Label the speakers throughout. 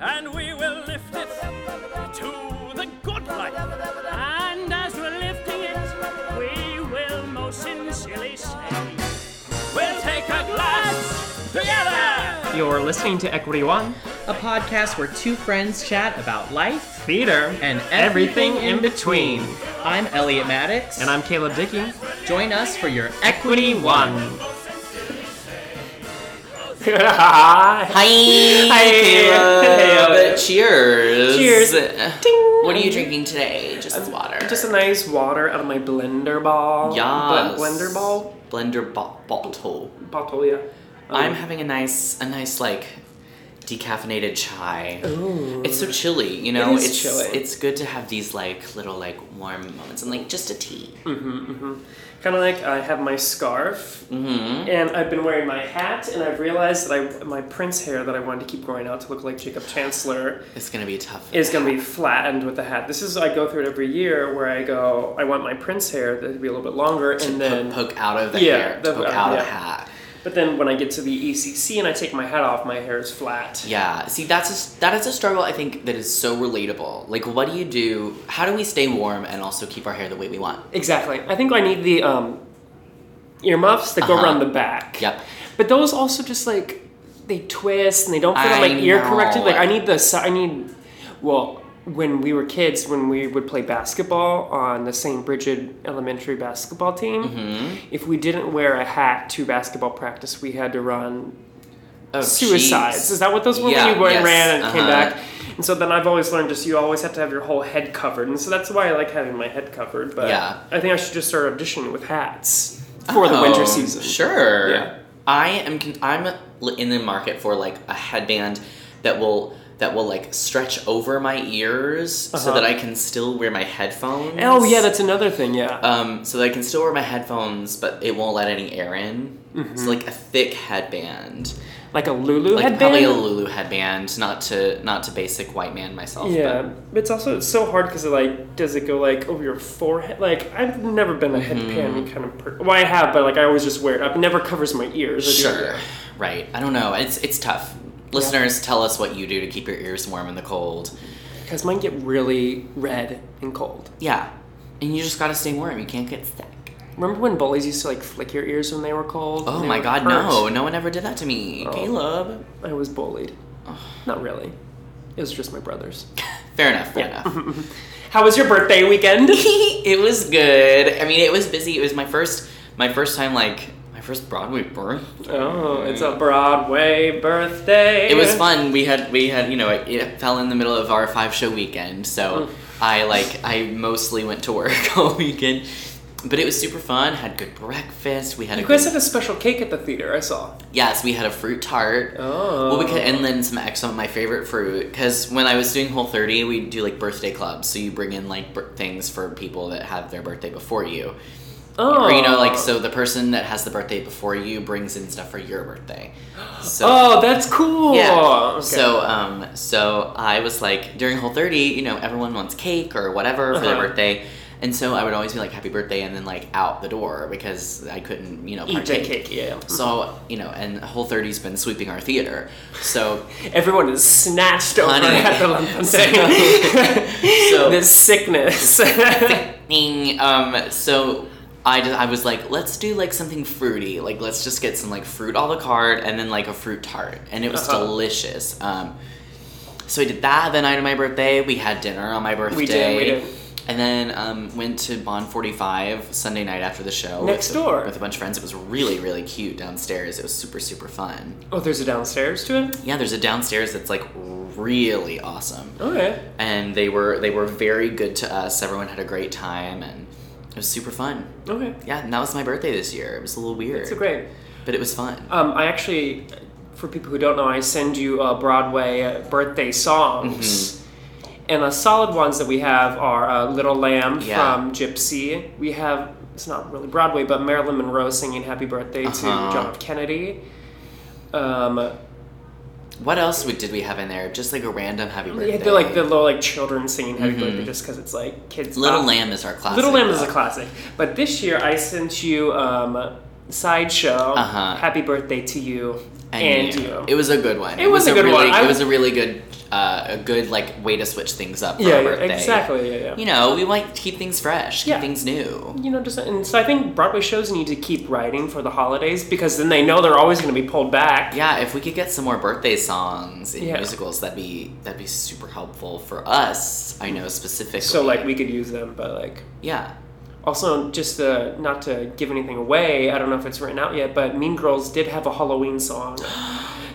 Speaker 1: and we will lift it to the good life. And as we're lifting it, we will most sincerely say, We'll take a glass together!
Speaker 2: You're listening to Equity One,
Speaker 3: a podcast where two friends chat about life,
Speaker 2: theater,
Speaker 3: and everything,
Speaker 2: everything in between.
Speaker 3: I'm Elliot Maddox.
Speaker 2: And I'm Caleb Dickey.
Speaker 3: Join us for your
Speaker 2: Equity One.
Speaker 3: Hi!
Speaker 4: Hi, Caleb. Cheers.
Speaker 2: Cheers. Ding.
Speaker 4: What are you drinking today? Just water.
Speaker 2: Just a nice water out of my blender ball.
Speaker 4: Yes.
Speaker 2: Bl- blender ball?
Speaker 4: Ah, Blender bo- bottle.
Speaker 2: Bottle, yeah. Um,
Speaker 4: I'm having a nice, a nice like decaffeinated chai.
Speaker 2: Ooh.
Speaker 4: It's so chilly, you know.
Speaker 2: It is
Speaker 4: it's
Speaker 2: chilly.
Speaker 4: it's good to have these like little like warm moments and like just a tea.
Speaker 2: Mm. kind of like I have my scarf, and I've been wearing my hat, and I've realized that I my prince hair that I wanted to keep growing out to look like Jacob Chancellor
Speaker 4: It's gonna be tough.
Speaker 2: is gonna be flattened with the hat. This is I go through it every year where I go I want my prince hair to be a little bit longer,
Speaker 4: to
Speaker 2: and
Speaker 4: po-
Speaker 2: then
Speaker 4: poke out of the
Speaker 2: Yeah,
Speaker 4: hair,
Speaker 2: the-
Speaker 4: poke
Speaker 2: uh,
Speaker 4: out of
Speaker 2: yeah.
Speaker 4: the hat.
Speaker 2: But then when I get to the ECC and I take my hat off, my hair is flat.
Speaker 4: Yeah, see, that's a, that is a struggle I think that is so relatable. Like, what do you do? How do we stay warm and also keep our hair the way we want?
Speaker 2: Exactly. I think I need the um, earmuffs that go
Speaker 4: Uh-huh.
Speaker 2: around the back.
Speaker 4: Yep.
Speaker 2: But those also just like they twist and they don't fit on
Speaker 4: I
Speaker 2: my ear
Speaker 4: know.
Speaker 2: correctly. Like I need the si- I need well when we were kids when we would play basketball on the St. Bridget Elementary basketball team.
Speaker 4: Mm-hmm.
Speaker 2: If we didn't wear a hat to basketball practice, we had to run
Speaker 4: Oh,
Speaker 2: suicides.
Speaker 4: jeez.
Speaker 2: Is that what those were?
Speaker 4: Yeah,
Speaker 2: when you went
Speaker 4: yes,
Speaker 2: ran and came
Speaker 4: uh-huh.
Speaker 2: back. And so then I've always learned just you always have to have your whole head covered, and so that's why I like having my head covered. But
Speaker 4: Yeah.
Speaker 2: I think I should just start auditioning with hats for the winter
Speaker 4: Oh,
Speaker 2: season.
Speaker 4: Sure.
Speaker 2: Yeah.
Speaker 4: I am. con- I'm in the market for like a headband that will that will like stretch over my ears so
Speaker 2: Uh-huh.
Speaker 4: that I can still wear my headphones.
Speaker 2: Oh yeah, that's another thing. Yeah.
Speaker 4: um, so that I can still wear my headphones, but it won't let any air in. It's like a thick headband,
Speaker 2: like a Lulu
Speaker 4: like
Speaker 2: Mm-hmm. headband.
Speaker 4: probably a Lulu headband. Not to not to basic white man myself.
Speaker 2: Yeah,
Speaker 4: but-
Speaker 2: but it's also it's so hard because it like does it go like over your forehead? Like I've never been a
Speaker 4: Mm-hmm.
Speaker 2: headband kind of person. Well, I have, but like I always just wear it up. It never covers my ears. I do-
Speaker 4: Sure. Right. I don't know. It's it's tough. Listeners, tell us what you do to keep your ears warm in the cold.
Speaker 2: Because mine get really red and cold.
Speaker 4: Yeah. And you just gotta stay warm. You can't get sick.
Speaker 2: Remember when bullies used to like flick your ears when they were cold?
Speaker 4: Oh
Speaker 2: and they
Speaker 4: my
Speaker 2: would
Speaker 4: god,
Speaker 2: hurt?
Speaker 4: no. No one ever did that to me. Caleb.
Speaker 2: I was bullied. Not really. It was just my brothers.
Speaker 4: Fair enough, fair enough.
Speaker 2: How was your birthday weekend?
Speaker 4: it was good. I mean it was busy. It was my first my first time like my first Broadway birth.
Speaker 2: oh, it's a Broadway birthday.
Speaker 4: It was fun. We had we had you know it, it fell in the middle of our five show weekend, so I like I mostly went to work all weekend, but it was super fun. Had good breakfast. We had a
Speaker 2: You
Speaker 4: good
Speaker 2: guys had a special cake at the theater. I saw.
Speaker 4: Yes, we had a fruit tart.
Speaker 2: Oh.
Speaker 4: Well, we could, and then some ex- some of my favorite fruit because when I was doing Whole 30, we do like birthday clubs. So you bring in like bir- things for people that have their birthday before you.
Speaker 2: Oh.
Speaker 4: Or you know, like so the person that has the birthday before you brings in stuff for your birthday. So
Speaker 2: Oh, that's cool.
Speaker 4: yeah.
Speaker 2: Okay.
Speaker 4: So um so I was like during Whole 30, you know, everyone wants cake or whatever for their
Speaker 2: Uh-huh.
Speaker 4: birthday. And so I would always be like happy birthday and then like out the door because I couldn't, you know,
Speaker 2: eat that
Speaker 4: partake.
Speaker 2: cake. Yeah.
Speaker 4: So, you know, and Whole 30's been sweeping our theater. So,
Speaker 2: Everyone is snatched over
Speaker 4: Honey.
Speaker 2: at the lump of day.
Speaker 4: so
Speaker 2: This sickness.
Speaker 4: Um, so I, just, I was like, let's do like something fruity. Like let's just get some like fruit a la carte and then like a fruit tart, and it was
Speaker 2: Uh-huh.
Speaker 4: delicious. Um, so we did that the night of my birthday. We had dinner on my birthday.
Speaker 2: We did, we did.
Speaker 4: And then um, went to Bond 45 Sunday night after the show.
Speaker 2: Next
Speaker 4: with,
Speaker 2: door.
Speaker 4: With a bunch of friends. It was really, really cute downstairs. It was super, super fun.
Speaker 2: Oh, there's a downstairs to it.
Speaker 4: Yeah, there's a downstairs that's like really awesome.
Speaker 2: Okay.
Speaker 4: And they were they were very good to us. Everyone had a great time and it was super fun.
Speaker 2: Okay.
Speaker 4: Yeah, and that was my birthday this year. It was a little weird.
Speaker 2: So great.
Speaker 4: But it was fun.
Speaker 2: Um, I actually, for people who don't know, I send you uh, Broadway uh, birthday songs. And the solid ones that we have are uh, Little Lamb
Speaker 4: Mm-hmm. Yeah.
Speaker 2: from Gypsy. We have, it's not really Broadway, but Marilyn Monroe singing Happy Birthday to
Speaker 4: Uh-huh.
Speaker 2: John F. Kennedy. Um,
Speaker 4: What else would, did we have in there? Just like a random happy birthday. Mm-hmm.
Speaker 2: yeah, they're like the little like children singing Happy Birthday just because it's like kids.
Speaker 4: Little
Speaker 2: pop.
Speaker 4: Lamb is our classic.
Speaker 2: Little Lamb is a
Speaker 4: though.
Speaker 2: classic. But this year I sent you um, Sideshow,
Speaker 4: Uh-huh.
Speaker 2: Happy Birthday to You,
Speaker 4: And,
Speaker 2: and,
Speaker 4: you.
Speaker 2: you.
Speaker 4: It was a good one.
Speaker 2: It was a good
Speaker 4: really,
Speaker 2: one. I-
Speaker 4: It was a really good, uh, a good like way to switch things up for
Speaker 2: yeah,
Speaker 4: our
Speaker 2: yeah,
Speaker 4: birthday.
Speaker 2: exactly. Yeah, yeah.
Speaker 4: You know, we like to keep things fresh, keep
Speaker 2: Yeah.
Speaker 4: things new.
Speaker 2: you know, just and so I think Broadway shows need to keep writing for the holidays because then they know they're always going to be pulled back.
Speaker 4: Yeah, if we could get some more birthday songs and
Speaker 2: Yeah.
Speaker 4: musicals, that'd be that'd be super helpful for us. I know specifically.
Speaker 2: So like we could use them, but like
Speaker 4: yeah,
Speaker 2: also just the not to give anything away. I don't know if it's written out yet, but Mean Girls did have a Halloween song.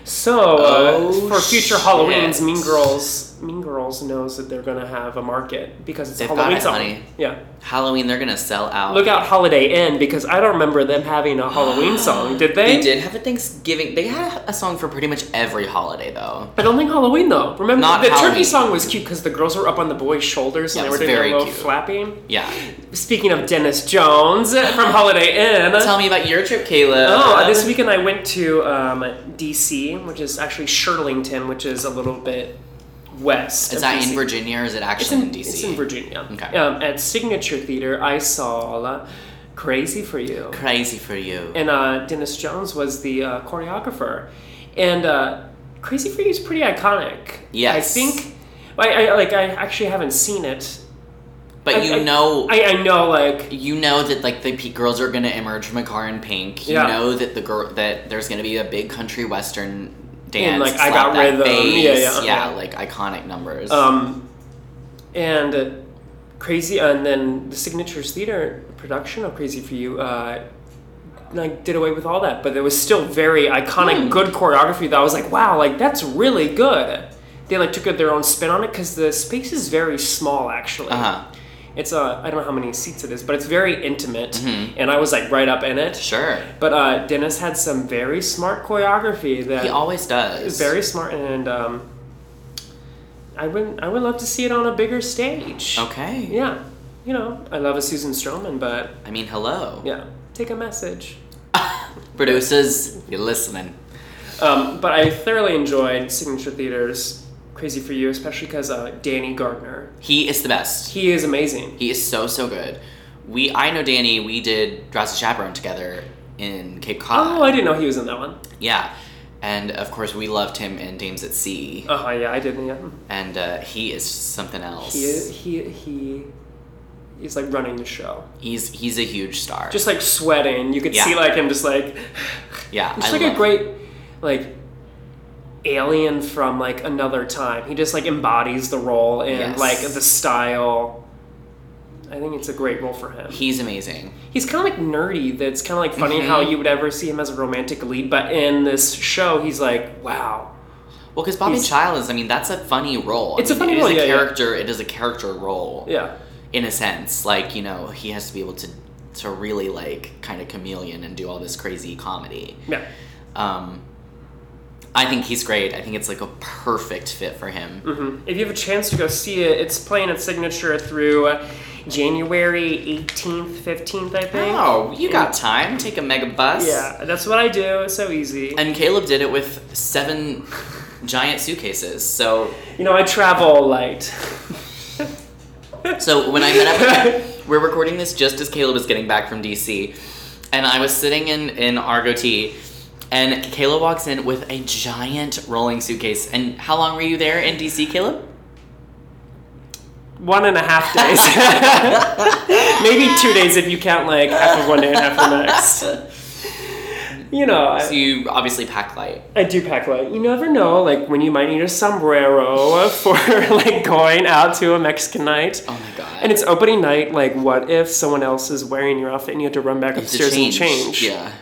Speaker 2: So
Speaker 4: Oh,
Speaker 2: uh, for future
Speaker 4: shit.
Speaker 2: Halloweens, Mean Girls, Mean Girls knows that they're going to have a market because it's
Speaker 4: They've
Speaker 2: a
Speaker 4: got
Speaker 2: Halloween
Speaker 4: it,
Speaker 2: song.
Speaker 4: honey.
Speaker 2: Yeah.
Speaker 4: Halloween they're gonna sell out.
Speaker 2: Look out Holiday Inn because I don't remember them having a Halloween song, did they?
Speaker 4: They did have a Thanksgiving. They had a song for pretty much every holiday though.
Speaker 2: I don't think Halloween though. Remember
Speaker 4: Not
Speaker 2: the
Speaker 4: Halloween.
Speaker 2: turkey song was cute because the girls were up on the boys' shoulders and
Speaker 4: Yeah,
Speaker 2: they were
Speaker 4: it was
Speaker 2: doing their
Speaker 4: very
Speaker 2: little
Speaker 4: cute.
Speaker 2: flapping.
Speaker 4: Yeah.
Speaker 2: Speaking of Dennis Jones from Holiday Inn.
Speaker 4: Tell me about your trip, Caleb.
Speaker 2: Oh, this weekend I went to um, DC, which is actually Shirlington, which is a little bit west.
Speaker 4: Is
Speaker 2: of
Speaker 4: that in
Speaker 2: DC.
Speaker 4: Virginia or is it
Speaker 2: It's
Speaker 4: actually
Speaker 2: in,
Speaker 4: in, DC?
Speaker 2: It's in Virginia.
Speaker 4: Okay.
Speaker 2: Um, at Signature Theater, I saw uh, Crazy for You.
Speaker 4: Crazy for you.
Speaker 2: and uh, Dennis Jones was the uh, choreographer. And uh, Crazy for You is pretty iconic. I
Speaker 4: Yes.
Speaker 2: think. I, I like. I actually haven't seen it.
Speaker 4: but
Speaker 2: I-
Speaker 4: you
Speaker 2: I-
Speaker 4: know,
Speaker 2: I, I know. Like.
Speaker 4: you know that like the pe- girls are gonna emerge from a car in pink. You
Speaker 2: Yeah.
Speaker 4: know that the girl that there's gonna be a big country western dance.
Speaker 2: like, I
Speaker 4: slap
Speaker 2: Got
Speaker 4: that
Speaker 2: Rhythm.
Speaker 4: bass.
Speaker 2: Yeah, yeah, yeah.
Speaker 4: like iconic numbers.
Speaker 2: Um, and uh, Crazy, uh, and then the Signatures Theater production of Crazy for You. Uh, like did away with all that, but there was still very iconic,
Speaker 4: Hmm.
Speaker 2: good choreography that I was like, wow, like that's really good. They like took their own spin on it because the space is very small, actually.
Speaker 4: Uh-huh.
Speaker 2: It's uh, I don't know how many seats it is, but it's very intimate, and I was like right up in it.
Speaker 4: Mm-hmm. sure.
Speaker 2: But uh, Dennis had some very smart choreography that
Speaker 4: He always does.
Speaker 2: is very smart, and um, I would I would love to see it on a bigger stage.
Speaker 4: Okay.
Speaker 2: Yeah, you know I love a Susan Stroman, but
Speaker 4: I mean, hello.
Speaker 2: yeah, take a message.
Speaker 4: Producers, you're listening.
Speaker 2: Um, but I thoroughly enjoyed Signature Theater's Crazy for You, especially because uh, Danny Gardner.
Speaker 4: He is the best.
Speaker 2: He is amazing.
Speaker 4: He is so so good. We I know Danny. We did Drowsy Chaperone together in Cape Cod.
Speaker 2: Oh, I didn't know he was in that one.
Speaker 4: Yeah, and of course we loved him in Dames at Sea,
Speaker 2: Oh, yeah, I didn't. Yeah.
Speaker 4: and uh, he is something else.
Speaker 2: He is, he he is like running the show.
Speaker 4: He's he's a huge star.
Speaker 2: Just like sweating, you could
Speaker 4: Yeah.
Speaker 2: see like him just like
Speaker 4: yeah,
Speaker 2: just
Speaker 4: I
Speaker 2: like a
Speaker 4: love him.
Speaker 2: great like alien from like another time. He just like embodies the role and
Speaker 4: Yes.
Speaker 2: like the style. I think it's a great role for him.
Speaker 4: He's amazing.
Speaker 2: He's kind of like nerdy. That's kind of like funny
Speaker 4: Mm-hmm.
Speaker 2: how you would ever see him as a romantic lead, but in this show, he's like, wow.
Speaker 4: Well, because Bobby
Speaker 2: He's-
Speaker 4: Child is, I mean, that's a funny role. I
Speaker 2: It's a
Speaker 4: mean,
Speaker 2: funny
Speaker 4: it is
Speaker 2: role, yeah,
Speaker 4: a
Speaker 2: yeah.
Speaker 4: character. It is a character role.
Speaker 2: Yeah.
Speaker 4: In a sense, like you know, he has to be able to to really like kind of chameleon and do all this crazy comedy.
Speaker 2: Yeah.
Speaker 4: Um, I think he's great. I think it's like a perfect fit for him.
Speaker 2: If you have a chance to go see it, it's playing at Signature through uh, January 18th, 15th, I think.
Speaker 4: Oh, you got time? Take a mega bus.
Speaker 2: Yeah, that's what I do. It's so easy.
Speaker 4: And Caleb did it with seven giant suitcases. So,
Speaker 2: you know, I travel light.
Speaker 4: so when I met up, we're recording this just as Caleb is getting back from DC, and I was sitting in in Argo T, and Caleb walks in with a giant rolling suitcase. And how long were you there in DC, Caleb?
Speaker 2: one and a half days. Maybe two days if you count like half of one day and half of the next. You know,
Speaker 4: So
Speaker 2: I,
Speaker 4: you obviously pack light.
Speaker 2: I do pack light. You never know, like when you might need a sombrero for like going out to a Mexican night.
Speaker 4: Oh my god.
Speaker 2: And it's opening night. Like, what if someone else is wearing your outfit and you have to run back
Speaker 4: You have to
Speaker 2: upstairs and change? Mm.
Speaker 4: Yeah.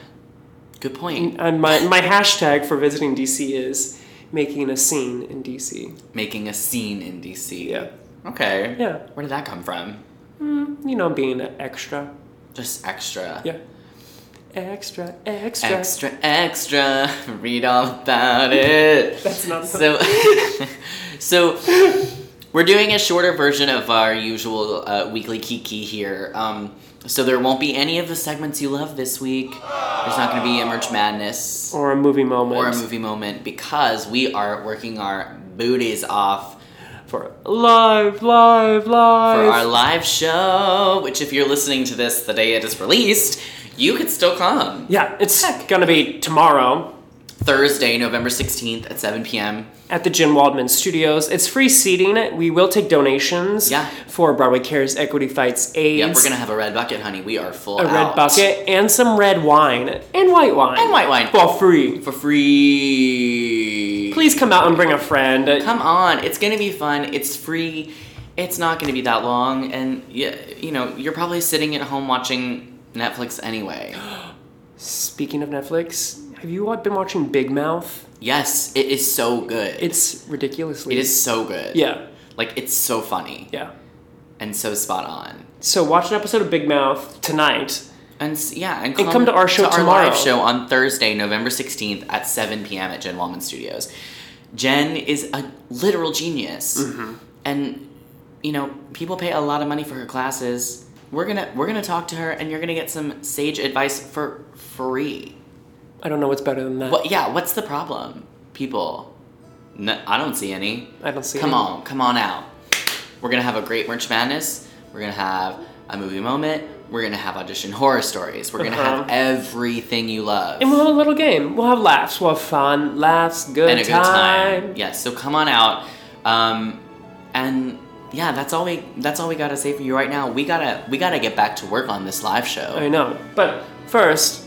Speaker 4: Good point.
Speaker 2: And my, my hashtag for visiting DC is making a scene in DC.
Speaker 4: Making a scene in DC. Okay.
Speaker 2: Yeah.
Speaker 4: Where did that come from?
Speaker 2: You know, being extra.
Speaker 4: Just extra.
Speaker 2: Yeah. Extra, extra.
Speaker 4: Extra, extra. Read all about it.
Speaker 2: That's not
Speaker 4: so. so we're doing a shorter version of our usual uh, weekly kiki here. Um, so there won't be any of the segments you love this week. There's not going to be emerge madness.
Speaker 2: Or a movie moment.
Speaker 4: or a movie moment because we are working our booties off
Speaker 2: For live, live, live.
Speaker 4: for our live show. Which, if you're listening to this the day it is released, you could still come
Speaker 2: yeah, it's gonna be tomorrow
Speaker 4: Thursday, November 16th at 7 p.m.
Speaker 2: at the Jen Waldman Studios. It's free seating. We will take donations
Speaker 4: Yeah.
Speaker 2: for Broadway Cares Equity Fights AIDS.
Speaker 4: Yeah, we're gonna have a red bucket, honey. We are full.
Speaker 2: a red
Speaker 4: out.
Speaker 2: bucket and some red wine and white wine
Speaker 4: And white wine.
Speaker 2: for free.
Speaker 4: for free.
Speaker 2: Please come out and bring a friend.
Speaker 4: come on. It's gonna be fun. It's free. It's not gonna be that long, and yeah, you know, you're probably sitting at home watching Netflix anyway.
Speaker 2: Speaking of Netflix, have you wa- been watching Big Mouth?
Speaker 4: Yes, it is so good.
Speaker 2: It's ridiculously.
Speaker 4: It is so good.
Speaker 2: Yeah.
Speaker 4: Like it's so funny
Speaker 2: Yeah.
Speaker 4: and so spot on.
Speaker 2: So watch an episode of Big Mouth tonight.
Speaker 4: And s- yeah, and
Speaker 2: And come to our show tomorrow.
Speaker 4: live show on Thursday, November 16th at 7 p.m. at Jen Wallman Studios. Jen is a literal genius.
Speaker 2: Mm-hmm.
Speaker 4: And you know, people pay a lot of money for her classes. We're going to we're going to talk to her and you're going to get some sage advice for free.
Speaker 2: I don't know what's better than that.
Speaker 4: What yeah, what's the problem? People. No, I don't see any.
Speaker 2: I don't see
Speaker 4: Come
Speaker 2: any.
Speaker 4: on, come on out. We're gonna have a great merch madness. We're gonna have a movie moment. We're gonna have audition horror stories. We're gonna have
Speaker 2: Uh-huh.
Speaker 4: everything you love
Speaker 2: And we'll have a little game. We'll have laughs. We'll have fun. Laughs. Good
Speaker 4: and a
Speaker 2: time.
Speaker 4: good time. Yes, so come on out. Um, and yeah, that's all we that's all we gotta say for you right now. We gotta we gotta get back to work on this live
Speaker 2: I
Speaker 4: show.
Speaker 2: know. But first,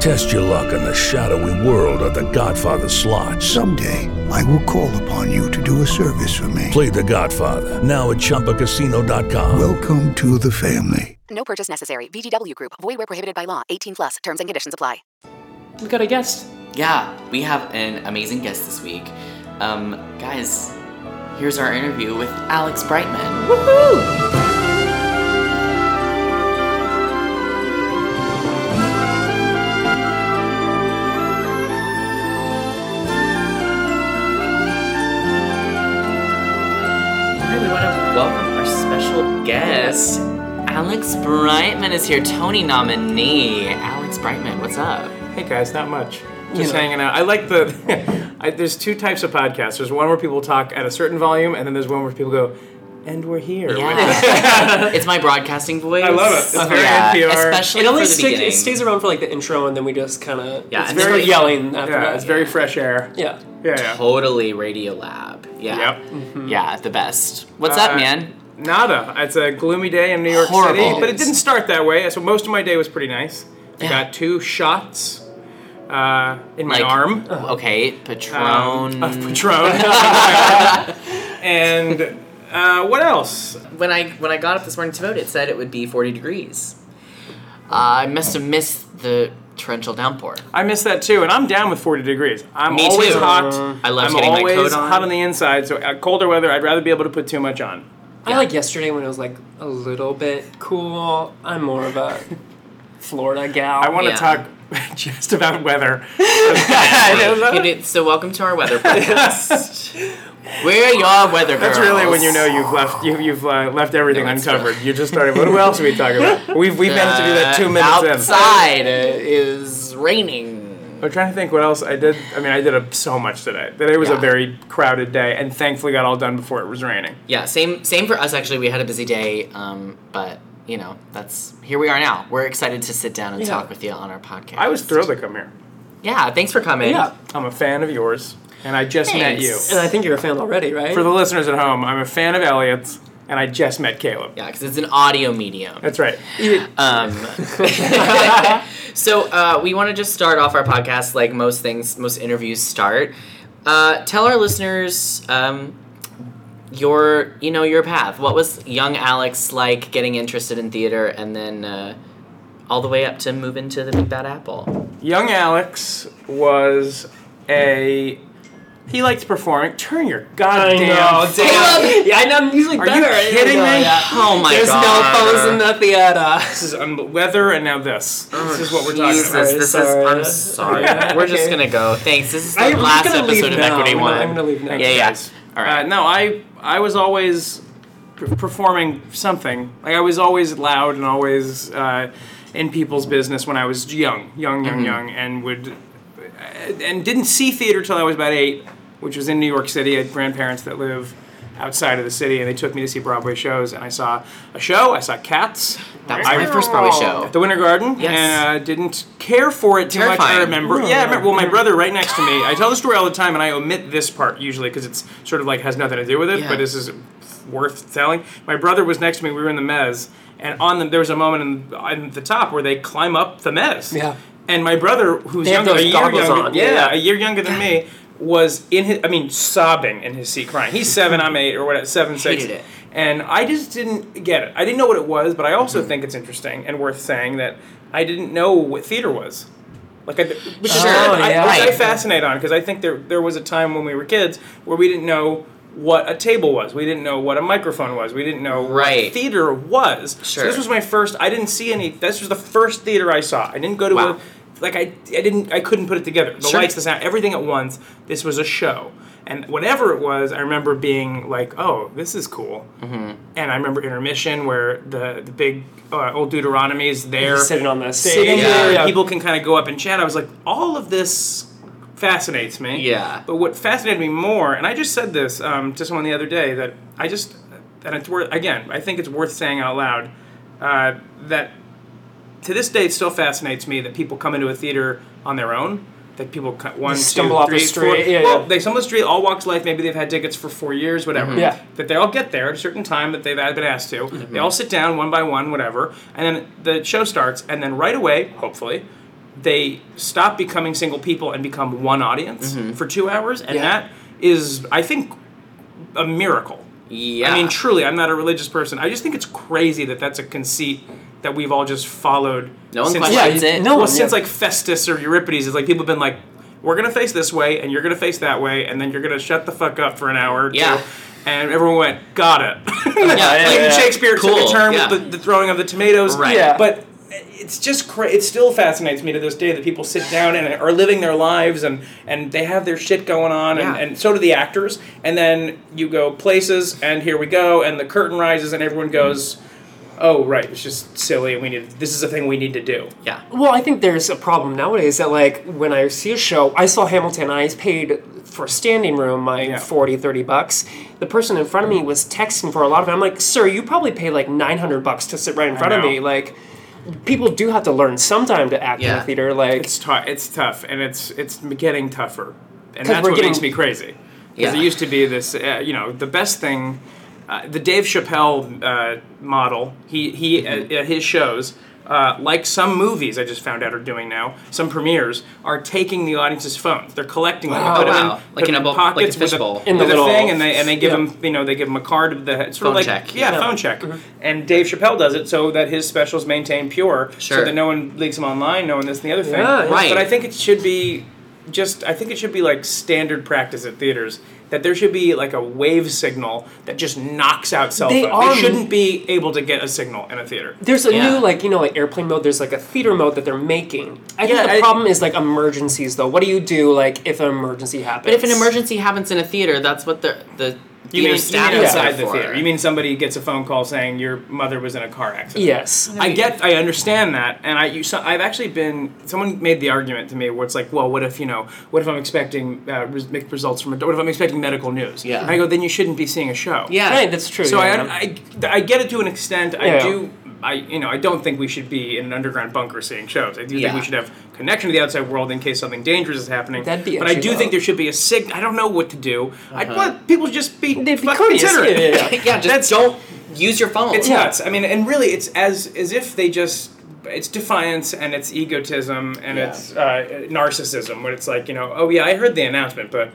Speaker 5: Test your luck in the shadowy world of The Godfather slot.
Speaker 6: Someday, I will call upon you to do a service for me.
Speaker 5: Play The Godfather now at ChumbaCasino.com.
Speaker 6: Welcome to the family.
Speaker 7: No purchase necessary. VGW Group. Void where prohibited by law. 18 plus. Terms and conditions apply.
Speaker 2: we got a guest.
Speaker 4: Yeah, we have an amazing guest this week. Um, guys, here's our interview with Alex Brightman. I really want to welcome our special guest. Alex Brightman is here, Tony nominee. Alex Brightman, what's up?
Speaker 8: Hey guys, not much. Just
Speaker 4: know.
Speaker 8: hanging out. I like the. I, there's two types of podcasts. There's one where people talk at a certain volume, and then there's one where people go, and we're here.
Speaker 4: Yeah. it's my broadcasting voice.
Speaker 8: I love it. It's very
Speaker 4: yeah.
Speaker 8: NPR.
Speaker 4: Especially
Speaker 2: It only
Speaker 4: for the
Speaker 2: stays,
Speaker 4: beginning.
Speaker 2: it stays around for like the intro, and then we just kind of
Speaker 4: Yeah,
Speaker 2: It's
Speaker 4: and then
Speaker 2: very
Speaker 4: we-
Speaker 2: yelling. After
Speaker 4: Yeah,
Speaker 2: that.
Speaker 4: it's
Speaker 8: very fresh air.
Speaker 2: Yeah.
Speaker 8: Yeah.
Speaker 4: Totally Radio Lab. Yeah.
Speaker 8: Yep.
Speaker 4: Mm-hmm. Yeah, the best. What's
Speaker 8: Uh,
Speaker 4: up, man?
Speaker 8: Nada. It's a gloomy day in New York
Speaker 4: Horrible.
Speaker 8: City, but it didn't start that way. So most of my day was pretty nice. I
Speaker 4: Yeah.
Speaker 8: got two shots uh, in my
Speaker 4: Like, uh-huh.
Speaker 8: arm.
Speaker 4: Okay, Patron.
Speaker 2: um,
Speaker 8: of Patron. and uh, what else?
Speaker 4: When I when I got up this morning to vote, it said it would be 40 degrees. Uh, I must have missed the torrential downpour.
Speaker 2: I miss that too, and I'm down with 40 degrees. I'm
Speaker 4: Me
Speaker 2: always
Speaker 4: too. Mm-hmm.
Speaker 2: hot.
Speaker 4: I love
Speaker 2: I'm
Speaker 4: getting my
Speaker 2: always
Speaker 4: coat on.
Speaker 2: hot on the inside, so uh, colder weather, I'd rather be able to put too much on.
Speaker 8: I like yesterday when it was like a little bit cool. I'm more of a Florida gal.
Speaker 2: I want to talk just about weather.
Speaker 4: You did- so welcome to our weather podcast. We're your weather girls.
Speaker 2: That's really when you know you've left you, you've uh, left everything uncovered. You just started. What else are we talking about? We've we managed to do that two
Speaker 4: Uh,
Speaker 2: minutes in.
Speaker 4: outside is raining.
Speaker 2: I'm trying to think what else I did. I mean, I did a, so much today. Today was a
Speaker 4: Yeah.
Speaker 2: very crowded day, and thankfully got all done before it was raining.
Speaker 4: Yeah, same same for us actually. We had a busy day, um, but you know, that's here we are now. We're excited to sit down and
Speaker 2: Yeah.
Speaker 4: talk with you on our podcast.
Speaker 2: I was thrilled to come here.
Speaker 4: Yeah, thanks for coming.
Speaker 2: Yeah, I'm a fan of yours, and I just met you.
Speaker 4: Thanks.
Speaker 8: And I think you're a fan already, right?
Speaker 2: For the listeners at home, I'm a fan of Elliot's, and I just met Caleb.
Speaker 4: Yeah, because it's an audio medium.
Speaker 2: That's right. Uh,
Speaker 4: Um, so uh, we want to just start off our podcast like most things, most interviews start. Uh, tell our listeners um, your, you know, your path. What was young Alex like getting interested in theater, and then uh, all the way up to move into the Big Bad Apple?
Speaker 2: Young Alex was a. He liked performing. Turn your goddamn.
Speaker 8: know,
Speaker 2: phone-
Speaker 8: damn. Yeah, I know. I'm usually
Speaker 2: Are
Speaker 8: better.
Speaker 2: you
Speaker 8: I didn't
Speaker 2: kidding
Speaker 8: know
Speaker 2: me?
Speaker 8: that.
Speaker 4: Oh my
Speaker 8: There's
Speaker 4: God.
Speaker 8: no phones in the theater.
Speaker 2: This is un- weather, and now this. This is what we're talking
Speaker 4: Jesus,
Speaker 2: about.
Speaker 4: this is. I'm sorry.
Speaker 2: Yeah,
Speaker 4: We're just
Speaker 2: okay.
Speaker 4: gonna go. Thanks. This is the
Speaker 2: I'm just
Speaker 4: last
Speaker 2: gonna leave
Speaker 4: episode of
Speaker 2: now.
Speaker 4: Equity
Speaker 2: I'm
Speaker 4: One.
Speaker 2: gonna- I'm gonna leave now.
Speaker 4: Yeah, yeah. All right.
Speaker 2: Uh, no, I I was always p- performing something. Like I was always loud and always uh, in people's business when I was young, young, young,
Speaker 4: Mhm.
Speaker 2: young, and would and didn't see theater till I was about eight, which was in New York City. I had grandparents that live outside of the city, and they took me to see Broadway shows. And I saw a show. I saw Cats.
Speaker 4: That was my first Broadway show.
Speaker 2: At the Winter Garden.
Speaker 4: Yes.
Speaker 2: And uh, didn't care for it too much. I
Speaker 4: Terrifying.
Speaker 2: remember. Yeah, I remember. Well, my brother right next to me. I tell the story all the time, and I omit this part usually because it's sort of like has nothing to do with it.
Speaker 4: Yeah.
Speaker 2: But this is worth telling. My brother was next to me. We were in the mezz, and on the there was a moment in, on the top where they climb up the mezz.
Speaker 8: Yeah.
Speaker 2: And my brother, who's
Speaker 8: They have
Speaker 2: younger, a
Speaker 8: those
Speaker 2: year
Speaker 8: goggles
Speaker 2: younger,
Speaker 8: on.
Speaker 2: yeah,
Speaker 8: Yeah.
Speaker 2: a year younger than me, was in his. I mean, sobbing in his seat, crying. He's seven. I'm eight, or what? Seven, six.
Speaker 4: Hated it.
Speaker 2: And I just didn't get it. I didn't know what it was, but I also think it's interesting and worth saying that I didn't know what theater was. Like, I, which is
Speaker 4: Sure,
Speaker 2: I,
Speaker 4: yeah.
Speaker 2: which I
Speaker 4: Right.
Speaker 2: fascinate on because I think there there was a time when we were kids where we didn't know what a table was, we didn't know what a microphone was, we didn't know
Speaker 4: Right.
Speaker 2: what theater was. So
Speaker 4: Sure.
Speaker 2: this was my first. I didn't see any. This was the first theater I saw. I didn't go to
Speaker 4: Wow.
Speaker 2: a like I I didn't I couldn't put it together. The
Speaker 4: Sure.
Speaker 2: lights, the sound, everything at once. This was a show, and whatever it was, I remember being like, oh, this is cool. And I remember intermission where the the big uh, old Deuteronomy is there,
Speaker 8: He's sitting on the
Speaker 2: sitting
Speaker 8: stage.
Speaker 2: there,
Speaker 8: Yeah.
Speaker 2: and people can kind of go up and chat. I was like, all of this fascinates me.
Speaker 4: Yeah.
Speaker 2: But what fascinated me more, and I just said this um, to someone the other day, that I just and it's worth again. I think it's worth saying out loud uh, that to this day it still fascinates me that people come into a theater on their own. That people cut one,
Speaker 8: They
Speaker 2: two,
Speaker 8: stumble off the
Speaker 2: three,
Speaker 8: street,
Speaker 2: four-
Speaker 8: yeah,
Speaker 2: well,
Speaker 8: yeah.
Speaker 2: they stumble off the street. All walks of life. Maybe they've had tickets for four years, whatever.
Speaker 8: Mhm. Yeah.
Speaker 2: That they all get there at a certain time that they've been asked to. They all sit down one by one, whatever, and then the show starts. And then right away, hopefully, they stop becoming single people and become one audience for two hours, and
Speaker 4: Yeah.
Speaker 2: that is, I think, a miracle.
Speaker 4: Yeah.
Speaker 2: I mean, truly, I'm not a religious person. I just think it's crazy that that's a conceit that we've all just followed.
Speaker 4: No one
Speaker 2: since, like,
Speaker 4: questions Yeah, it. no
Speaker 2: No well,
Speaker 8: one,
Speaker 2: since
Speaker 8: yeah.
Speaker 2: like Festus or Euripides, it's like people have been like, "We're gonna face this way, and you're gonna face that way, and then you're gonna shut the fuck up for an hour." Or
Speaker 4: Yeah.
Speaker 2: Two. And everyone went, "Got it."
Speaker 4: yeah,
Speaker 2: Even
Speaker 4: yeah.
Speaker 2: Shakespeare took
Speaker 4: Cool,
Speaker 2: a turn
Speaker 4: yeah.
Speaker 2: with the, the throwing of the tomatoes.
Speaker 4: Right. Yeah.
Speaker 2: But it's just cra- it still fascinates me to this day that people sit down and are living their lives and and they have their shit going on and,
Speaker 4: Yeah.
Speaker 2: and so do the actors and then you go places and here we go and the curtain rises and everyone goes oh right it's just silly and we need this is a thing we need to do
Speaker 4: Yeah.
Speaker 8: Well, I think there's a problem nowadays that, like, when I see a show, I saw Hamilton, I paid for standing room my
Speaker 2: Yeah.
Speaker 8: forty, thirty 40, 30 bucks. The person in front of me was texting for a lot of it. I'm like, sir, you probably paid like 900 bucks to sit right in front of
Speaker 2: know.
Speaker 8: me. Like, people do have to learn sometime to act in
Speaker 4: Yeah.
Speaker 8: a theater. Like,
Speaker 2: it's tough it's tough and it's it's getting tougher and
Speaker 8: 'Cause
Speaker 2: that's
Speaker 8: we're
Speaker 2: what
Speaker 8: getting-
Speaker 2: makes me crazy because
Speaker 4: Yeah.
Speaker 2: it used to be this uh, you know the best
Speaker 4: Mm-hmm.
Speaker 2: thing uh, the dave chappelle uh, model he he at, at uh, his shows uh, like some movies I just found out are doing now, some premieres are taking the audience's phones. They're collecting them,
Speaker 4: Wow.
Speaker 2: put them
Speaker 4: Wow.
Speaker 2: in,
Speaker 4: Like
Speaker 2: put
Speaker 4: in
Speaker 2: them
Speaker 4: a bo- like a
Speaker 2: pockets with
Speaker 4: fishbowl.
Speaker 2: in
Speaker 4: In
Speaker 2: the
Speaker 4: the
Speaker 2: with a
Speaker 4: little-
Speaker 2: thing, and they and they give
Speaker 4: Yeah. Mm-hmm.
Speaker 2: them you know they give them a card of the it's sort of
Speaker 4: Phone
Speaker 2: like
Speaker 4: check.
Speaker 2: yeah,
Speaker 4: Yeah.
Speaker 2: phone check. And Dave Chappelle does it so that his specials maintain pure, so
Speaker 4: Sure.
Speaker 2: that no one leaks them online, no one this and the other thing.
Speaker 4: Yeah, yeah. Right.
Speaker 2: But I think it should be just I think it should be like standard practice at theaters that there should be like a wave signal that just knocks out cell
Speaker 8: They
Speaker 2: phones.
Speaker 8: are-
Speaker 2: They shouldn't be able to get a signal in a theater.
Speaker 8: There's a new like you know like airplane mode. There's like a theater mode that they're making. I
Speaker 4: Yeah,
Speaker 8: think the
Speaker 4: I-
Speaker 8: problem is like emergencies though. What do you do like if an emergency happens?
Speaker 4: But if an emergency happens in a theater, that's what the the
Speaker 2: You mean, you
Speaker 4: theater staff
Speaker 2: mean
Speaker 4: is
Speaker 2: outside
Speaker 4: there
Speaker 2: the
Speaker 4: for.
Speaker 2: theater? You mean somebody gets a phone call saying your mother was in a car accident?
Speaker 8: Yes.
Speaker 2: I get, I understand that, and I, you, so, I've actually been. Someone made the argument to me where it's like, well, what if you know, what if I'm expecting uh, res- mixed results from a, what if I'm expecting medical news?
Speaker 4: Yeah.
Speaker 2: And I go, then you shouldn't be seeing a show.
Speaker 4: Yeah. Right, that's true,
Speaker 2: So
Speaker 4: yeah.
Speaker 2: I, I, I get it to an extent. I
Speaker 4: Yeah.
Speaker 2: do. I, you know, I don't think we should be in an underground bunker seeing shows. I do
Speaker 4: Yeah.
Speaker 2: think we should have connection to the outside world in case something dangerous is happening.
Speaker 4: That'd be
Speaker 2: but I
Speaker 4: actually
Speaker 2: do think
Speaker 4: dope.
Speaker 2: there should be a sig. I don't know what to do. I'd
Speaker 4: Uh-huh.
Speaker 2: want people to just be, be
Speaker 4: courteous.
Speaker 2: considerate.
Speaker 4: Yeah, yeah, yeah. Yeah, just
Speaker 2: don't
Speaker 4: Use your phone.
Speaker 2: it's nuts. I mean, and really, it's as as if they just it's defiance and it's egotism and
Speaker 4: Yeah.
Speaker 2: it's uh, narcissism. When it's like, you know, oh yeah, I heard the announcement, but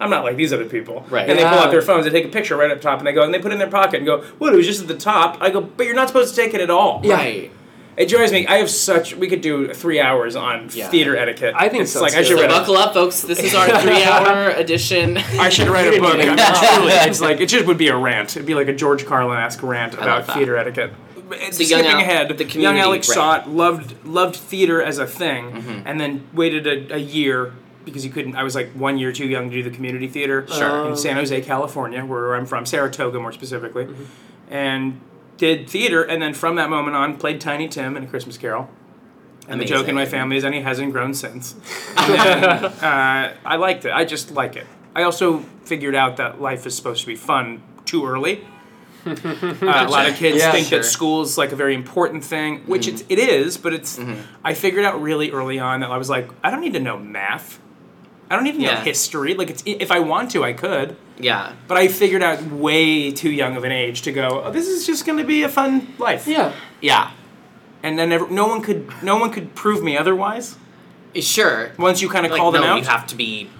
Speaker 2: I'm not like these other people.
Speaker 4: Right.
Speaker 2: And they pull
Speaker 4: Yeah.
Speaker 2: out their phones, they take a picture right up top, and they go and they put it in their pocket and go, well, it was just at the top. I go, but you're not supposed to take it at all.
Speaker 4: Yeah. Right.
Speaker 2: It drives me. I have such. We could do three hours on
Speaker 4: Yeah.
Speaker 2: theater etiquette.
Speaker 4: I think
Speaker 2: it's
Speaker 4: so,
Speaker 2: like I
Speaker 4: too.
Speaker 2: should
Speaker 4: So
Speaker 2: write a-
Speaker 4: buckle up, folks. This is our three-hour edition.
Speaker 2: I should write a book. I mean, truly, it's like it just would be a rant. It'd be like a George Carlin-esque rant about
Speaker 4: love that.
Speaker 2: theater etiquette. It's
Speaker 4: The young
Speaker 2: skipping
Speaker 4: Al-
Speaker 2: ahead.
Speaker 4: the
Speaker 2: young
Speaker 4: community
Speaker 2: Alex
Speaker 4: rant.
Speaker 2: saw it, loved loved theater as a thing,
Speaker 4: Mm-hmm.
Speaker 2: and then waited a, a year because he couldn't. I was like one year too young to do the community theater
Speaker 4: Sure.
Speaker 2: in San Jose, California, where I'm from, Saratoga more specifically, and did theater. And then from that moment on, played Tiny Tim and A Christmas Carol. And the joke in my
Speaker 4: Amazing.
Speaker 2: family is, and he hasn't grown since. And, uh, I liked it. I just like it. I also figured out that life is supposed to be fun too early. Uh, a lot of kids
Speaker 4: Yeah,
Speaker 2: think
Speaker 4: sure. Mm-hmm.
Speaker 2: that school is like a very important thing, which it's, it is, but it's. I figured out really early on that I was like, I don't need to know math. I don't even know
Speaker 4: Yeah.
Speaker 2: history. Like, it's if I want to, I could.
Speaker 4: Yeah.
Speaker 2: But I figured out way too young of an age to go. Oh, this is just going to be a fun life. Yeah.
Speaker 4: Yeah.
Speaker 2: And then never, no one could no one could prove me otherwise.
Speaker 4: Sure.
Speaker 2: Once you kind of
Speaker 4: Like,
Speaker 2: call them
Speaker 4: no,
Speaker 2: out,
Speaker 4: you have to be.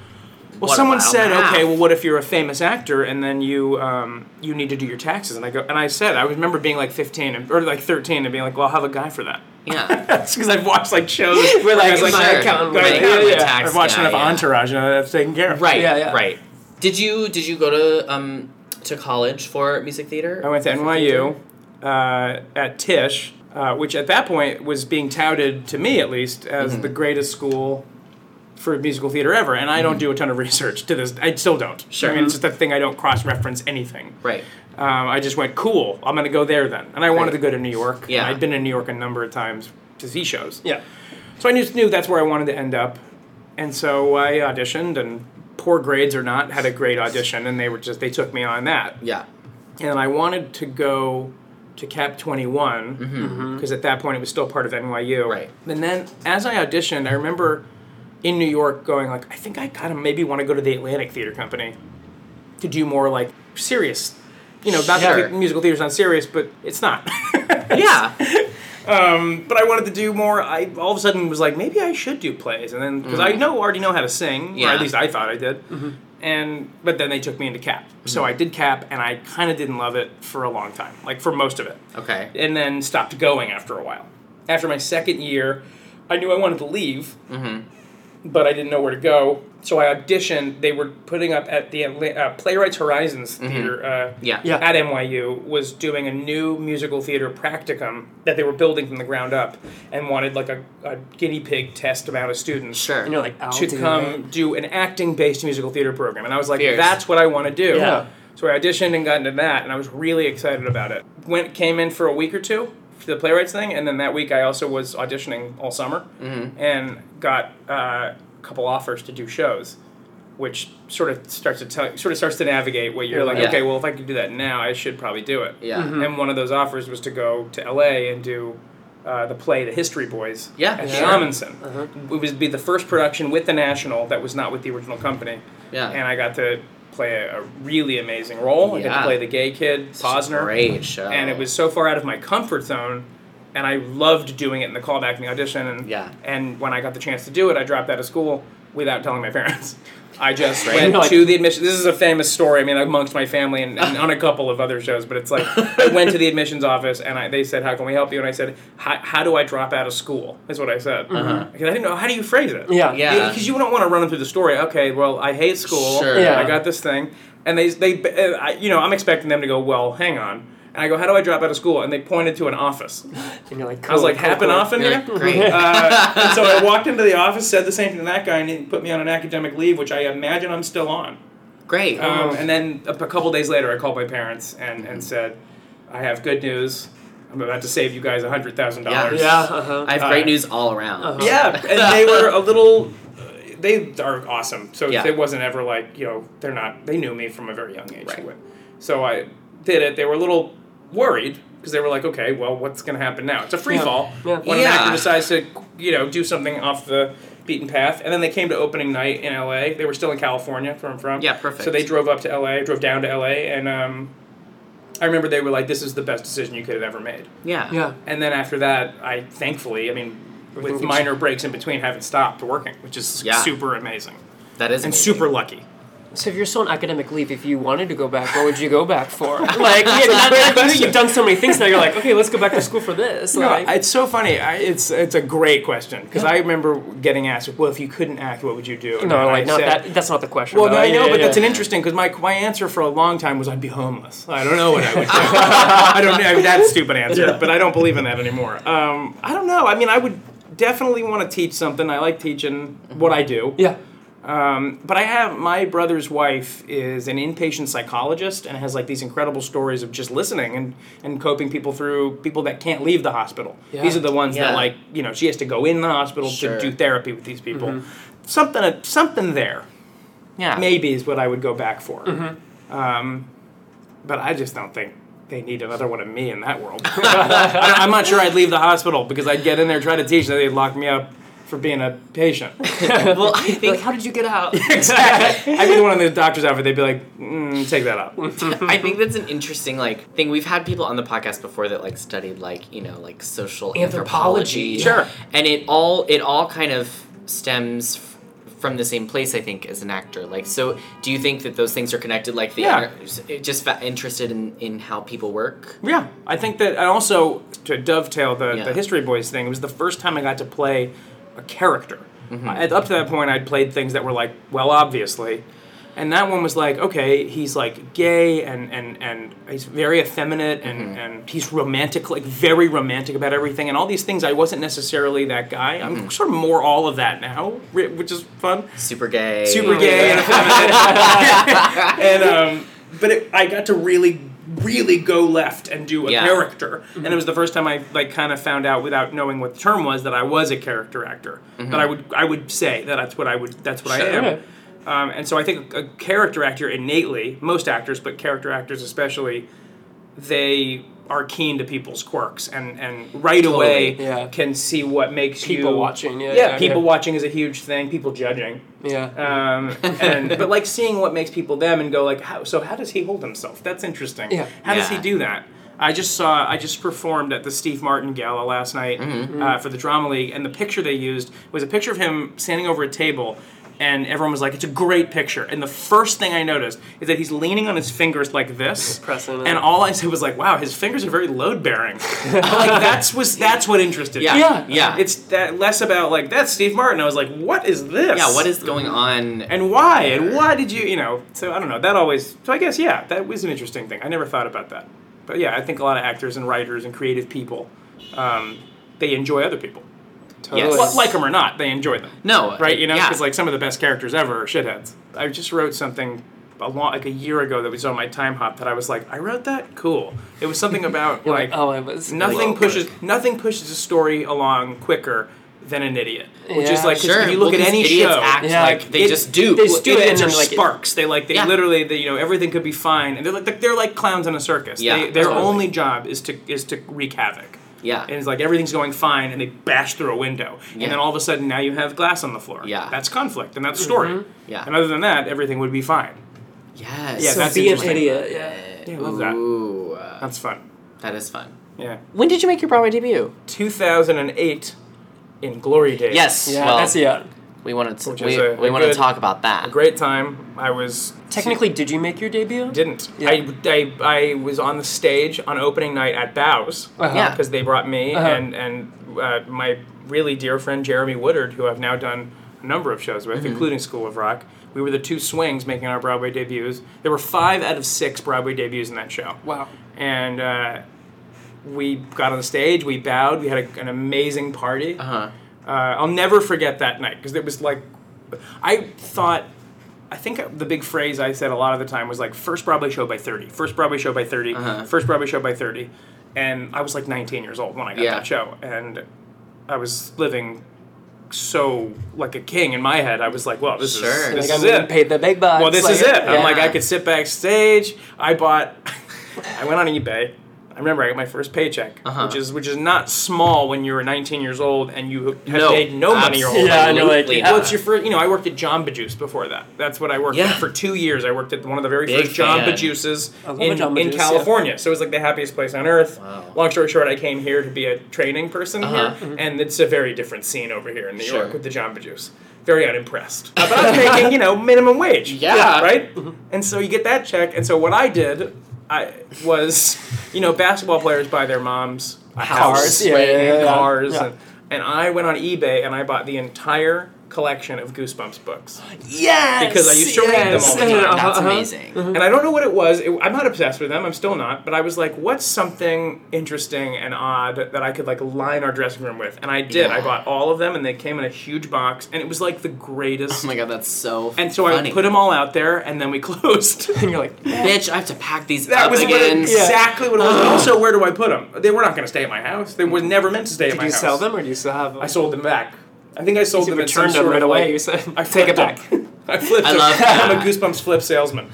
Speaker 2: well,
Speaker 4: what,
Speaker 2: someone
Speaker 4: an hour
Speaker 2: said,
Speaker 4: and a half?
Speaker 2: okay, well, what if you're a famous actor and then you um, you need to do your taxes? And I go, and I said, I remember being like 15 and, or like 13 and being like, well, I'll have a guy for that.
Speaker 4: Yeah,
Speaker 2: because I've watched like shows
Speaker 4: Where,
Speaker 2: I
Speaker 4: like,
Speaker 2: was
Speaker 4: my accountant
Speaker 2: my
Speaker 4: would-
Speaker 2: accountant,
Speaker 4: Yeah,
Speaker 2: yeah.
Speaker 4: tax
Speaker 2: I've watched
Speaker 4: guy,
Speaker 2: enough
Speaker 4: yeah.
Speaker 2: Entourage and that's taken care of.
Speaker 4: Right. Right. Did you did you go to um to college for music theater?
Speaker 2: I went to NYU uh, at Tisch, uh, which at that point was being touted to me at least as
Speaker 4: Mm-hmm.
Speaker 2: the greatest school for musical theater ever. And I don't do a ton of research to this. I still don't.
Speaker 4: Mm-hmm. Sure. Mm-hmm.
Speaker 2: I mean, it's just a thing I don't cross reference anything.
Speaker 4: Right.
Speaker 2: Um, I just went cool. I'm gonna go there then, and I wanted to
Speaker 4: Right.
Speaker 2: go to New York.
Speaker 4: Yeah.
Speaker 2: I'd been in New York a number of times to see shows.
Speaker 4: Yeah.
Speaker 2: So I just knew that's where I wanted to end up, and so I auditioned, and poor grades or not, had a great audition, and they were just they took me on that
Speaker 4: Yeah.
Speaker 2: and I wanted to go to Cap 21 because at that point it was still part of NYU. Right. And then as I auditioned, I remember in New York going like, I think I kind of maybe want to go to the Atlantic Theater Company to do more like serious, you know, not
Speaker 4: Sure.
Speaker 2: that musical theater's not serious, but it's not. yeah. Um, but I wanted to do more. I all of a sudden was like, maybe I should do plays, and then because I
Speaker 4: Mhm.
Speaker 2: know already know how to sing, or
Speaker 4: Yeah. Mm-hmm.
Speaker 2: at least I thought I did and but then they took me into cap so i did cap and i kind of didn't love it for a long time like for most of it
Speaker 4: Okay.
Speaker 2: and then stopped going after a while after my second year i knew i wanted to leave
Speaker 4: Mm-hmm.
Speaker 2: but i didn't know where to go so i auditioned they were putting up at the Atla- uh, playwrights horizons
Speaker 4: Mhm.
Speaker 2: theater uh,
Speaker 4: Yeah. Yeah.
Speaker 2: at nyu was doing a new musical theater practicum that they were building from the ground up and wanted like a, a guinea pig test amount of students sure
Speaker 4: And you're like, I'll
Speaker 2: to
Speaker 4: do
Speaker 2: come
Speaker 4: that.
Speaker 2: do an acting based musical theater program. And I was like,
Speaker 4: Fierce.
Speaker 2: that's what I want to do.
Speaker 4: Yeah.
Speaker 2: So I auditioned and got into that, and I was really excited about it. Went came in for a week or two for the playwrights thing, and then that week I also was auditioning all summer
Speaker 4: Mhm.
Speaker 2: and got uh, a couple offers to do shows, which sort of starts to tell, sort of starts to navigate where you're like,
Speaker 4: Yeah.
Speaker 2: okay, well if I could do that now, I should probably do it.
Speaker 4: Yeah. Mhm.
Speaker 2: And one of those offers was to go to L.A. and do. Uh, the play, The History Boys,
Speaker 4: Yeah, Uh-huh.
Speaker 2: at the
Speaker 4: sure.
Speaker 2: Amundsen. It would be the first production with the National that was not with the original company.
Speaker 4: Yeah.
Speaker 2: And I got to play a, a really amazing role. I got to
Speaker 4: Yeah.
Speaker 2: play the gay kid, Posner.
Speaker 4: great show.
Speaker 2: And it was so far out of my comfort zone and I loved doing it in the callback in the audition. And
Speaker 4: Yeah.
Speaker 2: and when I got the chance to do it, I dropped out of school without telling my parents. I just
Speaker 4: Right.
Speaker 2: went
Speaker 4: No, I-
Speaker 2: to the admission. This is a famous story. I mean, amongst my family and, and on a couple of other shows, but it's like I went to the admissions office and I, they said, "How can we help you?" And I said, "How how do I drop out of school?" Is what I said
Speaker 4: Uh-huh.
Speaker 2: because I didn't know how do you phrase it.
Speaker 4: Yeah. Yeah.
Speaker 2: Because you don't want to run them through the story. Okay, well, I hate school.
Speaker 4: Sure. Yeah.
Speaker 2: I got this thing, and they they uh, I, you know I'm expecting them to go. Well, hang on. And I go, how do I drop out of school? And they pointed to an office.
Speaker 8: And you're like,
Speaker 2: I was
Speaker 8: cool,
Speaker 2: like,
Speaker 8: cool,
Speaker 2: happen
Speaker 8: cool."
Speaker 2: off in
Speaker 4: You're
Speaker 2: here?
Speaker 4: like, great.
Speaker 2: Uh, and so I walked into the office, said the same thing to that guy, and he put me on an academic leave, which I imagine I'm still on.
Speaker 4: Great.
Speaker 2: Um, And then a, p- couple days later, I called my parents and, and said, I have good news. I'm about to save you guys $100,000.
Speaker 4: I have great
Speaker 2: Uh, uh-huh.
Speaker 4: news all around.
Speaker 2: Yeah, and they were a little. They are awesome. So
Speaker 4: Yeah.
Speaker 2: it wasn't ever like you know they're not. They knew me from a very young age. So I did it. They were a little worried because they were like, okay, well, what's going to happen now? It's a free
Speaker 8: Yeah.
Speaker 2: fall
Speaker 8: Yeah.
Speaker 2: when
Speaker 4: Yeah.
Speaker 2: an actor decides to you know do something off the beaten path. And then they came to opening night in L.A. They were still in California, where I'm from.
Speaker 4: Yeah, perfect.
Speaker 2: So they drove up to L.A. Drove down to L.A. and um, I remember they were like, this is the best decision you could have ever made.
Speaker 4: Yeah.
Speaker 8: Yeah.
Speaker 2: And then after that, I thankfully, I mean, with
Speaker 8: Everything's-
Speaker 2: minor breaks in between, haven't stopped working, which is
Speaker 4: Yeah.
Speaker 2: super amazing.
Speaker 4: That is
Speaker 2: and
Speaker 4: amazing.
Speaker 2: super lucky.
Speaker 8: So if you're still on academic leave, if you wanted to go back, what would you go back for? like, yeah, not- not- you've done so many things now. You're like, okay, let's go back to school for this.
Speaker 2: No,
Speaker 8: like,
Speaker 2: it's so funny. I, it's it's a great question because I remember getting asked, well, if you couldn't act, what would you do? And
Speaker 8: no,
Speaker 2: I
Speaker 8: like, no,
Speaker 2: said-
Speaker 8: that, that's not the question.
Speaker 2: Well,
Speaker 8: though.
Speaker 2: no, I
Speaker 8: Yeah,
Speaker 2: know,
Speaker 8: yeah,
Speaker 2: but
Speaker 8: yeah.
Speaker 2: that's an interesting because my my answer for a long time was I'd be homeless. I don't know what I would do. I don't know. I mean, that's a stupid answer, but I don't believe in that anymore. Um, I don't know. I mean, I would definitely want to teach something. I like teaching what I do.
Speaker 8: Yeah.
Speaker 2: Um, but I have my brother's wife is an inpatient psychologist and has like these incredible stories of just listening and, and coping people through people that can't leave the hospital.
Speaker 8: Yeah.
Speaker 2: These are the ones that
Speaker 4: Yeah.
Speaker 2: like you know she has to go in the hospital
Speaker 4: Sure.
Speaker 2: to do therapy with these people.
Speaker 8: Mm-hmm.
Speaker 2: Something something there
Speaker 4: Yeah.
Speaker 2: maybe is what I would go back for. Um, but I just don't think they need another one of me in that world. I, I'm not sure I'd leave the hospital because I'd get in there try to teach, and they'd lock me up for being a patient.
Speaker 4: well, I think
Speaker 8: Like, how did you get out?
Speaker 2: exactly. I'd be the one in the doctor's outfit. They'd be like, mm, "Take that out."
Speaker 4: I think that's an interesting like thing. We've had people on the podcast before that like studied like you know like social
Speaker 8: Anthropology.
Speaker 4: anthropology,
Speaker 2: Sure.
Speaker 4: and it all it all kind of stems f- from the same place. I think as an actor, like so, do you think that those things are connected? Like the
Speaker 2: Yeah.
Speaker 4: inter- just fa- interested in in how people work.
Speaker 2: Yeah, I think that, and also to dovetail the,
Speaker 4: Yeah.
Speaker 2: the History Boys thing, it was the first time I got to play a character. I- up to that point, I'd played things that were like, well, obviously. And that one was like, okay, he's like gay and, and, and he's very effeminate and, and he's romantic, like very romantic about everything and all these things. I wasn't necessarily that guy. I'm sort of more all of that now, whi- which is fun
Speaker 4: Super gay.
Speaker 2: super gay and effeminate. and um, but it, I got to really, really go left and do a
Speaker 4: Yeah.
Speaker 2: character, and it was the first time I like kind of found out without knowing what the term was that I was a character actor. That I would I would say that that's what I would that's what I am. Um, and so I think a character actor innately, most actors, but character actors especially, they are keen to people's quirks and, and right away
Speaker 8: yeah.
Speaker 2: can see what makes
Speaker 8: People
Speaker 2: you
Speaker 8: watching, yeah,
Speaker 2: yeah
Speaker 8: yeah,
Speaker 2: people
Speaker 8: yeah.
Speaker 2: watching is a huge thing people judging
Speaker 8: yeah.
Speaker 2: um, and but like seeing what makes people them and go like how so how does he hold himself that's interesting
Speaker 8: Yeah.
Speaker 2: how does he
Speaker 4: Yeah.
Speaker 2: do that i just saw i just performed at the steve martin gala last night
Speaker 4: Mm-hmm.
Speaker 8: Mm-hmm.
Speaker 2: uh, for the drama league and the picture they used was a picture of him standing over a table and everyone was like it's a great picture and the first thing i noticed is that he's leaning on his fingers like this
Speaker 8: Pressing it.
Speaker 2: and all i said was like wow his fingers are very load bearing like that's was that's what interested
Speaker 4: Yeah.
Speaker 2: me
Speaker 4: Yeah. Yeah.
Speaker 2: it's that less about like that's steve martin i was like what is this
Speaker 4: Yeah. What is going on?
Speaker 2: and why and why did you you know so i don't know that always so i guess yeah that was an interesting thing i never thought about that but yeah i think a lot of actors and writers and creative people um, they enjoy other people
Speaker 4: Yes.
Speaker 2: Well, like them or not they enjoy them
Speaker 4: No.
Speaker 2: right you know
Speaker 4: Yeah.
Speaker 2: because like some of the best characters ever are shitheads i just wrote something a long, like a year ago that was on my time hop that i was like i wrote that cool it was something about
Speaker 8: You're
Speaker 2: like
Speaker 8: like, oh, I was
Speaker 2: nothing
Speaker 4: Like-
Speaker 2: pushes nothing pushes a story along quicker than an idiot, which is
Speaker 8: Yeah.
Speaker 2: like 'cause
Speaker 4: Sure.
Speaker 2: if you look at
Speaker 4: Well, 'cause
Speaker 2: any
Speaker 4: idiots
Speaker 2: show,
Speaker 4: act
Speaker 8: Yeah.
Speaker 4: like they just do.
Speaker 2: They
Speaker 8: Well,
Speaker 2: just do it,
Speaker 8: idiots
Speaker 2: and they're
Speaker 8: are like-
Speaker 2: sparks. They like they
Speaker 4: Yeah.
Speaker 2: literally they, you know everything could be fine, and they're like they're like clowns in a circus.
Speaker 4: Yeah,
Speaker 2: they, their
Speaker 4: totally.
Speaker 2: only job is to is to wreak havoc.
Speaker 4: Yeah.
Speaker 2: and it's like everything's going fine, and they bash through a window,
Speaker 4: Yeah.
Speaker 2: and then all of a sudden now you have glass on the floor.
Speaker 4: Yeah. Mm-hmm.
Speaker 2: that's conflict, and that's story.
Speaker 4: Yeah.
Speaker 2: and other than that, everything would be fine.
Speaker 4: Yes.
Speaker 2: Yeah,
Speaker 8: So
Speaker 2: that's
Speaker 8: be an
Speaker 2: interesting.
Speaker 8: idiot. Yeah.
Speaker 2: Yeah, I love that.
Speaker 4: Ooh. uh,
Speaker 2: That's fun.
Speaker 4: that is fun.
Speaker 2: Yeah.
Speaker 4: When did you make your Broadway debut?
Speaker 2: 2008 in Glory Days.
Speaker 4: Yes.
Speaker 2: Yeah,
Speaker 4: well,
Speaker 8: that's it.
Speaker 4: We want to
Speaker 2: Which
Speaker 4: we,
Speaker 2: is a-
Speaker 4: we
Speaker 2: a
Speaker 4: want to
Speaker 2: good-
Speaker 4: talk about
Speaker 2: A
Speaker 4: that.
Speaker 2: great time. I was
Speaker 8: Technically, did you make your debut?
Speaker 2: Didn't. I, I, I was on the stage on opening night at Bows
Speaker 8: Uh-huh. Yeah.
Speaker 2: because they brought me
Speaker 8: Uh-huh.
Speaker 2: and and uh, my really dear friend Jeremy Woodard, who I've now done a number of shows with,
Speaker 8: Mhm.
Speaker 2: including School of Rock. We were the two swings making our Broadway debuts. There were five out of six Broadway debuts in that show.
Speaker 8: Wow.
Speaker 2: And uh, we got on the stage, we bowed, we had a, an amazing party. Uh-huh. I'll never forget that night because it was like, I thought I think the big phrase I said a lot of the time was like first Broadway show by 30, first Broadway show by 30,
Speaker 4: Uh-huh.
Speaker 2: first Broadway show by 30. And I was like 19 years old when I got
Speaker 4: Yeah.
Speaker 2: that show. And I was living so like a king in my head. I was like, well, this
Speaker 4: Sure.
Speaker 2: is, this
Speaker 4: Like,
Speaker 2: is
Speaker 4: I'm getting
Speaker 2: it.
Speaker 4: paid the big bucks.
Speaker 2: Well, this
Speaker 4: Like,
Speaker 2: is it.
Speaker 4: yeah.
Speaker 2: I'm like, I could sit backstage. I bought, I went on eBay. I remember I got my first paycheck,
Speaker 4: Uh-huh.
Speaker 2: which is which is not small when you're 19 years old and you have
Speaker 4: No.
Speaker 2: made no money your whole
Speaker 4: Absolutely
Speaker 2: life. well, it's
Speaker 4: not.
Speaker 2: your first. You know, I worked at Jamba Juice before that. That's what I worked
Speaker 4: Yeah.
Speaker 2: at for two years. I worked at one of the very
Speaker 4: Big
Speaker 2: first Jamba
Speaker 4: fan.
Speaker 2: Juices
Speaker 4: I love
Speaker 2: in,
Speaker 4: a Jamba
Speaker 2: in
Speaker 4: Juice, yeah.
Speaker 2: California. So it was like the happiest place on earth. Long story short, I came here to be a training person
Speaker 4: Uh-huh.
Speaker 2: here, and it's a very different scene over here in New
Speaker 4: Sure.
Speaker 2: York with the Jamba Juice. Very unimpressed. Uh, but I was making, you know, minimum wage.
Speaker 4: Yeah. Mm-hmm.
Speaker 2: Right? And so you get that check. And so what I did I was, you know, basketball players buy their moms a
Speaker 4: Cars,
Speaker 2: house,
Speaker 4: yeah,
Speaker 2: right,
Speaker 4: yeah, yeah,
Speaker 2: and
Speaker 4: yeah.
Speaker 2: cars.
Speaker 4: Yeah.
Speaker 2: And, and I went on eBay and I bought the entire collection of Goosebumps books.
Speaker 4: Yes!
Speaker 2: Because I used to
Speaker 4: Yes! Uh-huh.
Speaker 2: read them all the time.
Speaker 4: That's amazing. Oh
Speaker 2: And I don't know what it was. It- I'm not obsessed with them. I'm still not. But I was like, what's something interesting and odd that I could like line our dressing room with? And I did. I
Speaker 4: Yeah.
Speaker 2: bought all of them, and they came in a huge box, and it was like the greatest.
Speaker 4: Oh my god, that's so.
Speaker 2: And so
Speaker 4: funny.
Speaker 2: I put them all out there, and then we closed. and you're like,
Speaker 4: Bitch, I have to pack these
Speaker 2: that
Speaker 4: up
Speaker 2: was what it-
Speaker 4: again.
Speaker 2: exactly what it was.
Speaker 4: Ugh.
Speaker 2: Also, where do I put them? They were not going to stay at my house. They were never meant to stay at
Speaker 8: Did
Speaker 2: my
Speaker 8: you
Speaker 2: house.
Speaker 8: sell them or do you still have them?
Speaker 2: I sold them back. I think I sold
Speaker 8: You
Speaker 2: them. in some
Speaker 8: returned them
Speaker 2: sort
Speaker 8: right
Speaker 2: of,
Speaker 8: away.
Speaker 2: like-
Speaker 8: You said,
Speaker 2: I
Speaker 8: "Take it
Speaker 2: flipped them. I flipped
Speaker 4: I
Speaker 2: them.
Speaker 4: love that.
Speaker 2: I'm a Goosebumps flip salesman.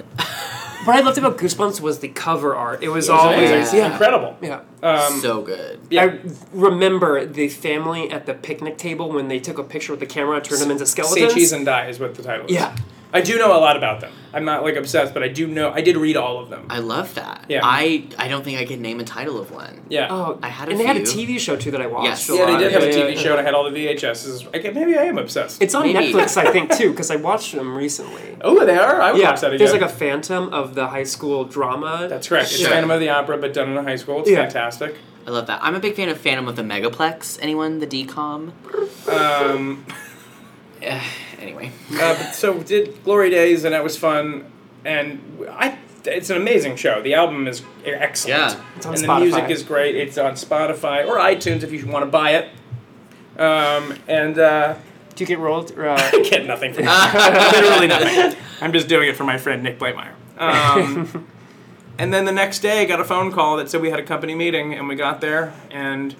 Speaker 8: What I loved about Goosebumps was the cover art. It was
Speaker 2: It was
Speaker 8: always
Speaker 2: amazing.
Speaker 8: yeah.
Speaker 2: Incredible.
Speaker 8: Yeah.
Speaker 2: Um,
Speaker 4: so good.
Speaker 8: I remember the family at the picnic table when they took a picture with the camera and turned them into
Speaker 2: Say
Speaker 8: skeletons.
Speaker 2: cheese and die is what the title is.
Speaker 8: Yeah.
Speaker 2: I do know a lot about them. I'm not like obsessed, but I do know. I did read all of them.
Speaker 4: I love that.
Speaker 2: Yeah.
Speaker 4: I I don't think I can name a title of one.
Speaker 2: Yeah.
Speaker 8: Oh,
Speaker 4: I had a
Speaker 8: and they had a
Speaker 4: few.
Speaker 8: TV show too that I watched.
Speaker 4: Yes.
Speaker 8: a
Speaker 2: yeah, they
Speaker 8: lot.
Speaker 2: did have a
Speaker 8: Yeah,
Speaker 2: TV
Speaker 8: yeah,
Speaker 2: show. and I
Speaker 8: yeah.
Speaker 2: had all the VHSs. I guess maybe I am obsessed.
Speaker 8: It's on
Speaker 4: Maybe.
Speaker 8: Netflix, I think, too, because I watched them recently.
Speaker 2: Oh, they are. I would
Speaker 8: yeah,
Speaker 2: watch that again.
Speaker 8: there's like a Phantom of the high school drama.
Speaker 2: That's correct. It's
Speaker 4: Sure.
Speaker 2: Phantom of the Opera, but done in a high school. It's
Speaker 8: Yeah.
Speaker 2: fantastic.
Speaker 4: I love that. I'm a big fan of Phantom of the Megaplex. Anyone? The DCOM?
Speaker 2: Um,
Speaker 4: Eh, anyway.
Speaker 2: uh, but so did Glory Days, and that was fun. And I, it's an amazing show. The album is excellent.
Speaker 4: Yeah. It's on
Speaker 2: and
Speaker 4: Spotify.
Speaker 2: the music is great. It's on Spotify or iTunes if you want to buy it. Um, and uh,
Speaker 8: Do you get rolled? Or, uh,
Speaker 2: I get nothing from it. Literally nothing. I'm just doing it for my friend Nick Blatemeyer. Um, and then the next day, I got a phone call that said we had a company meeting, and we got there, and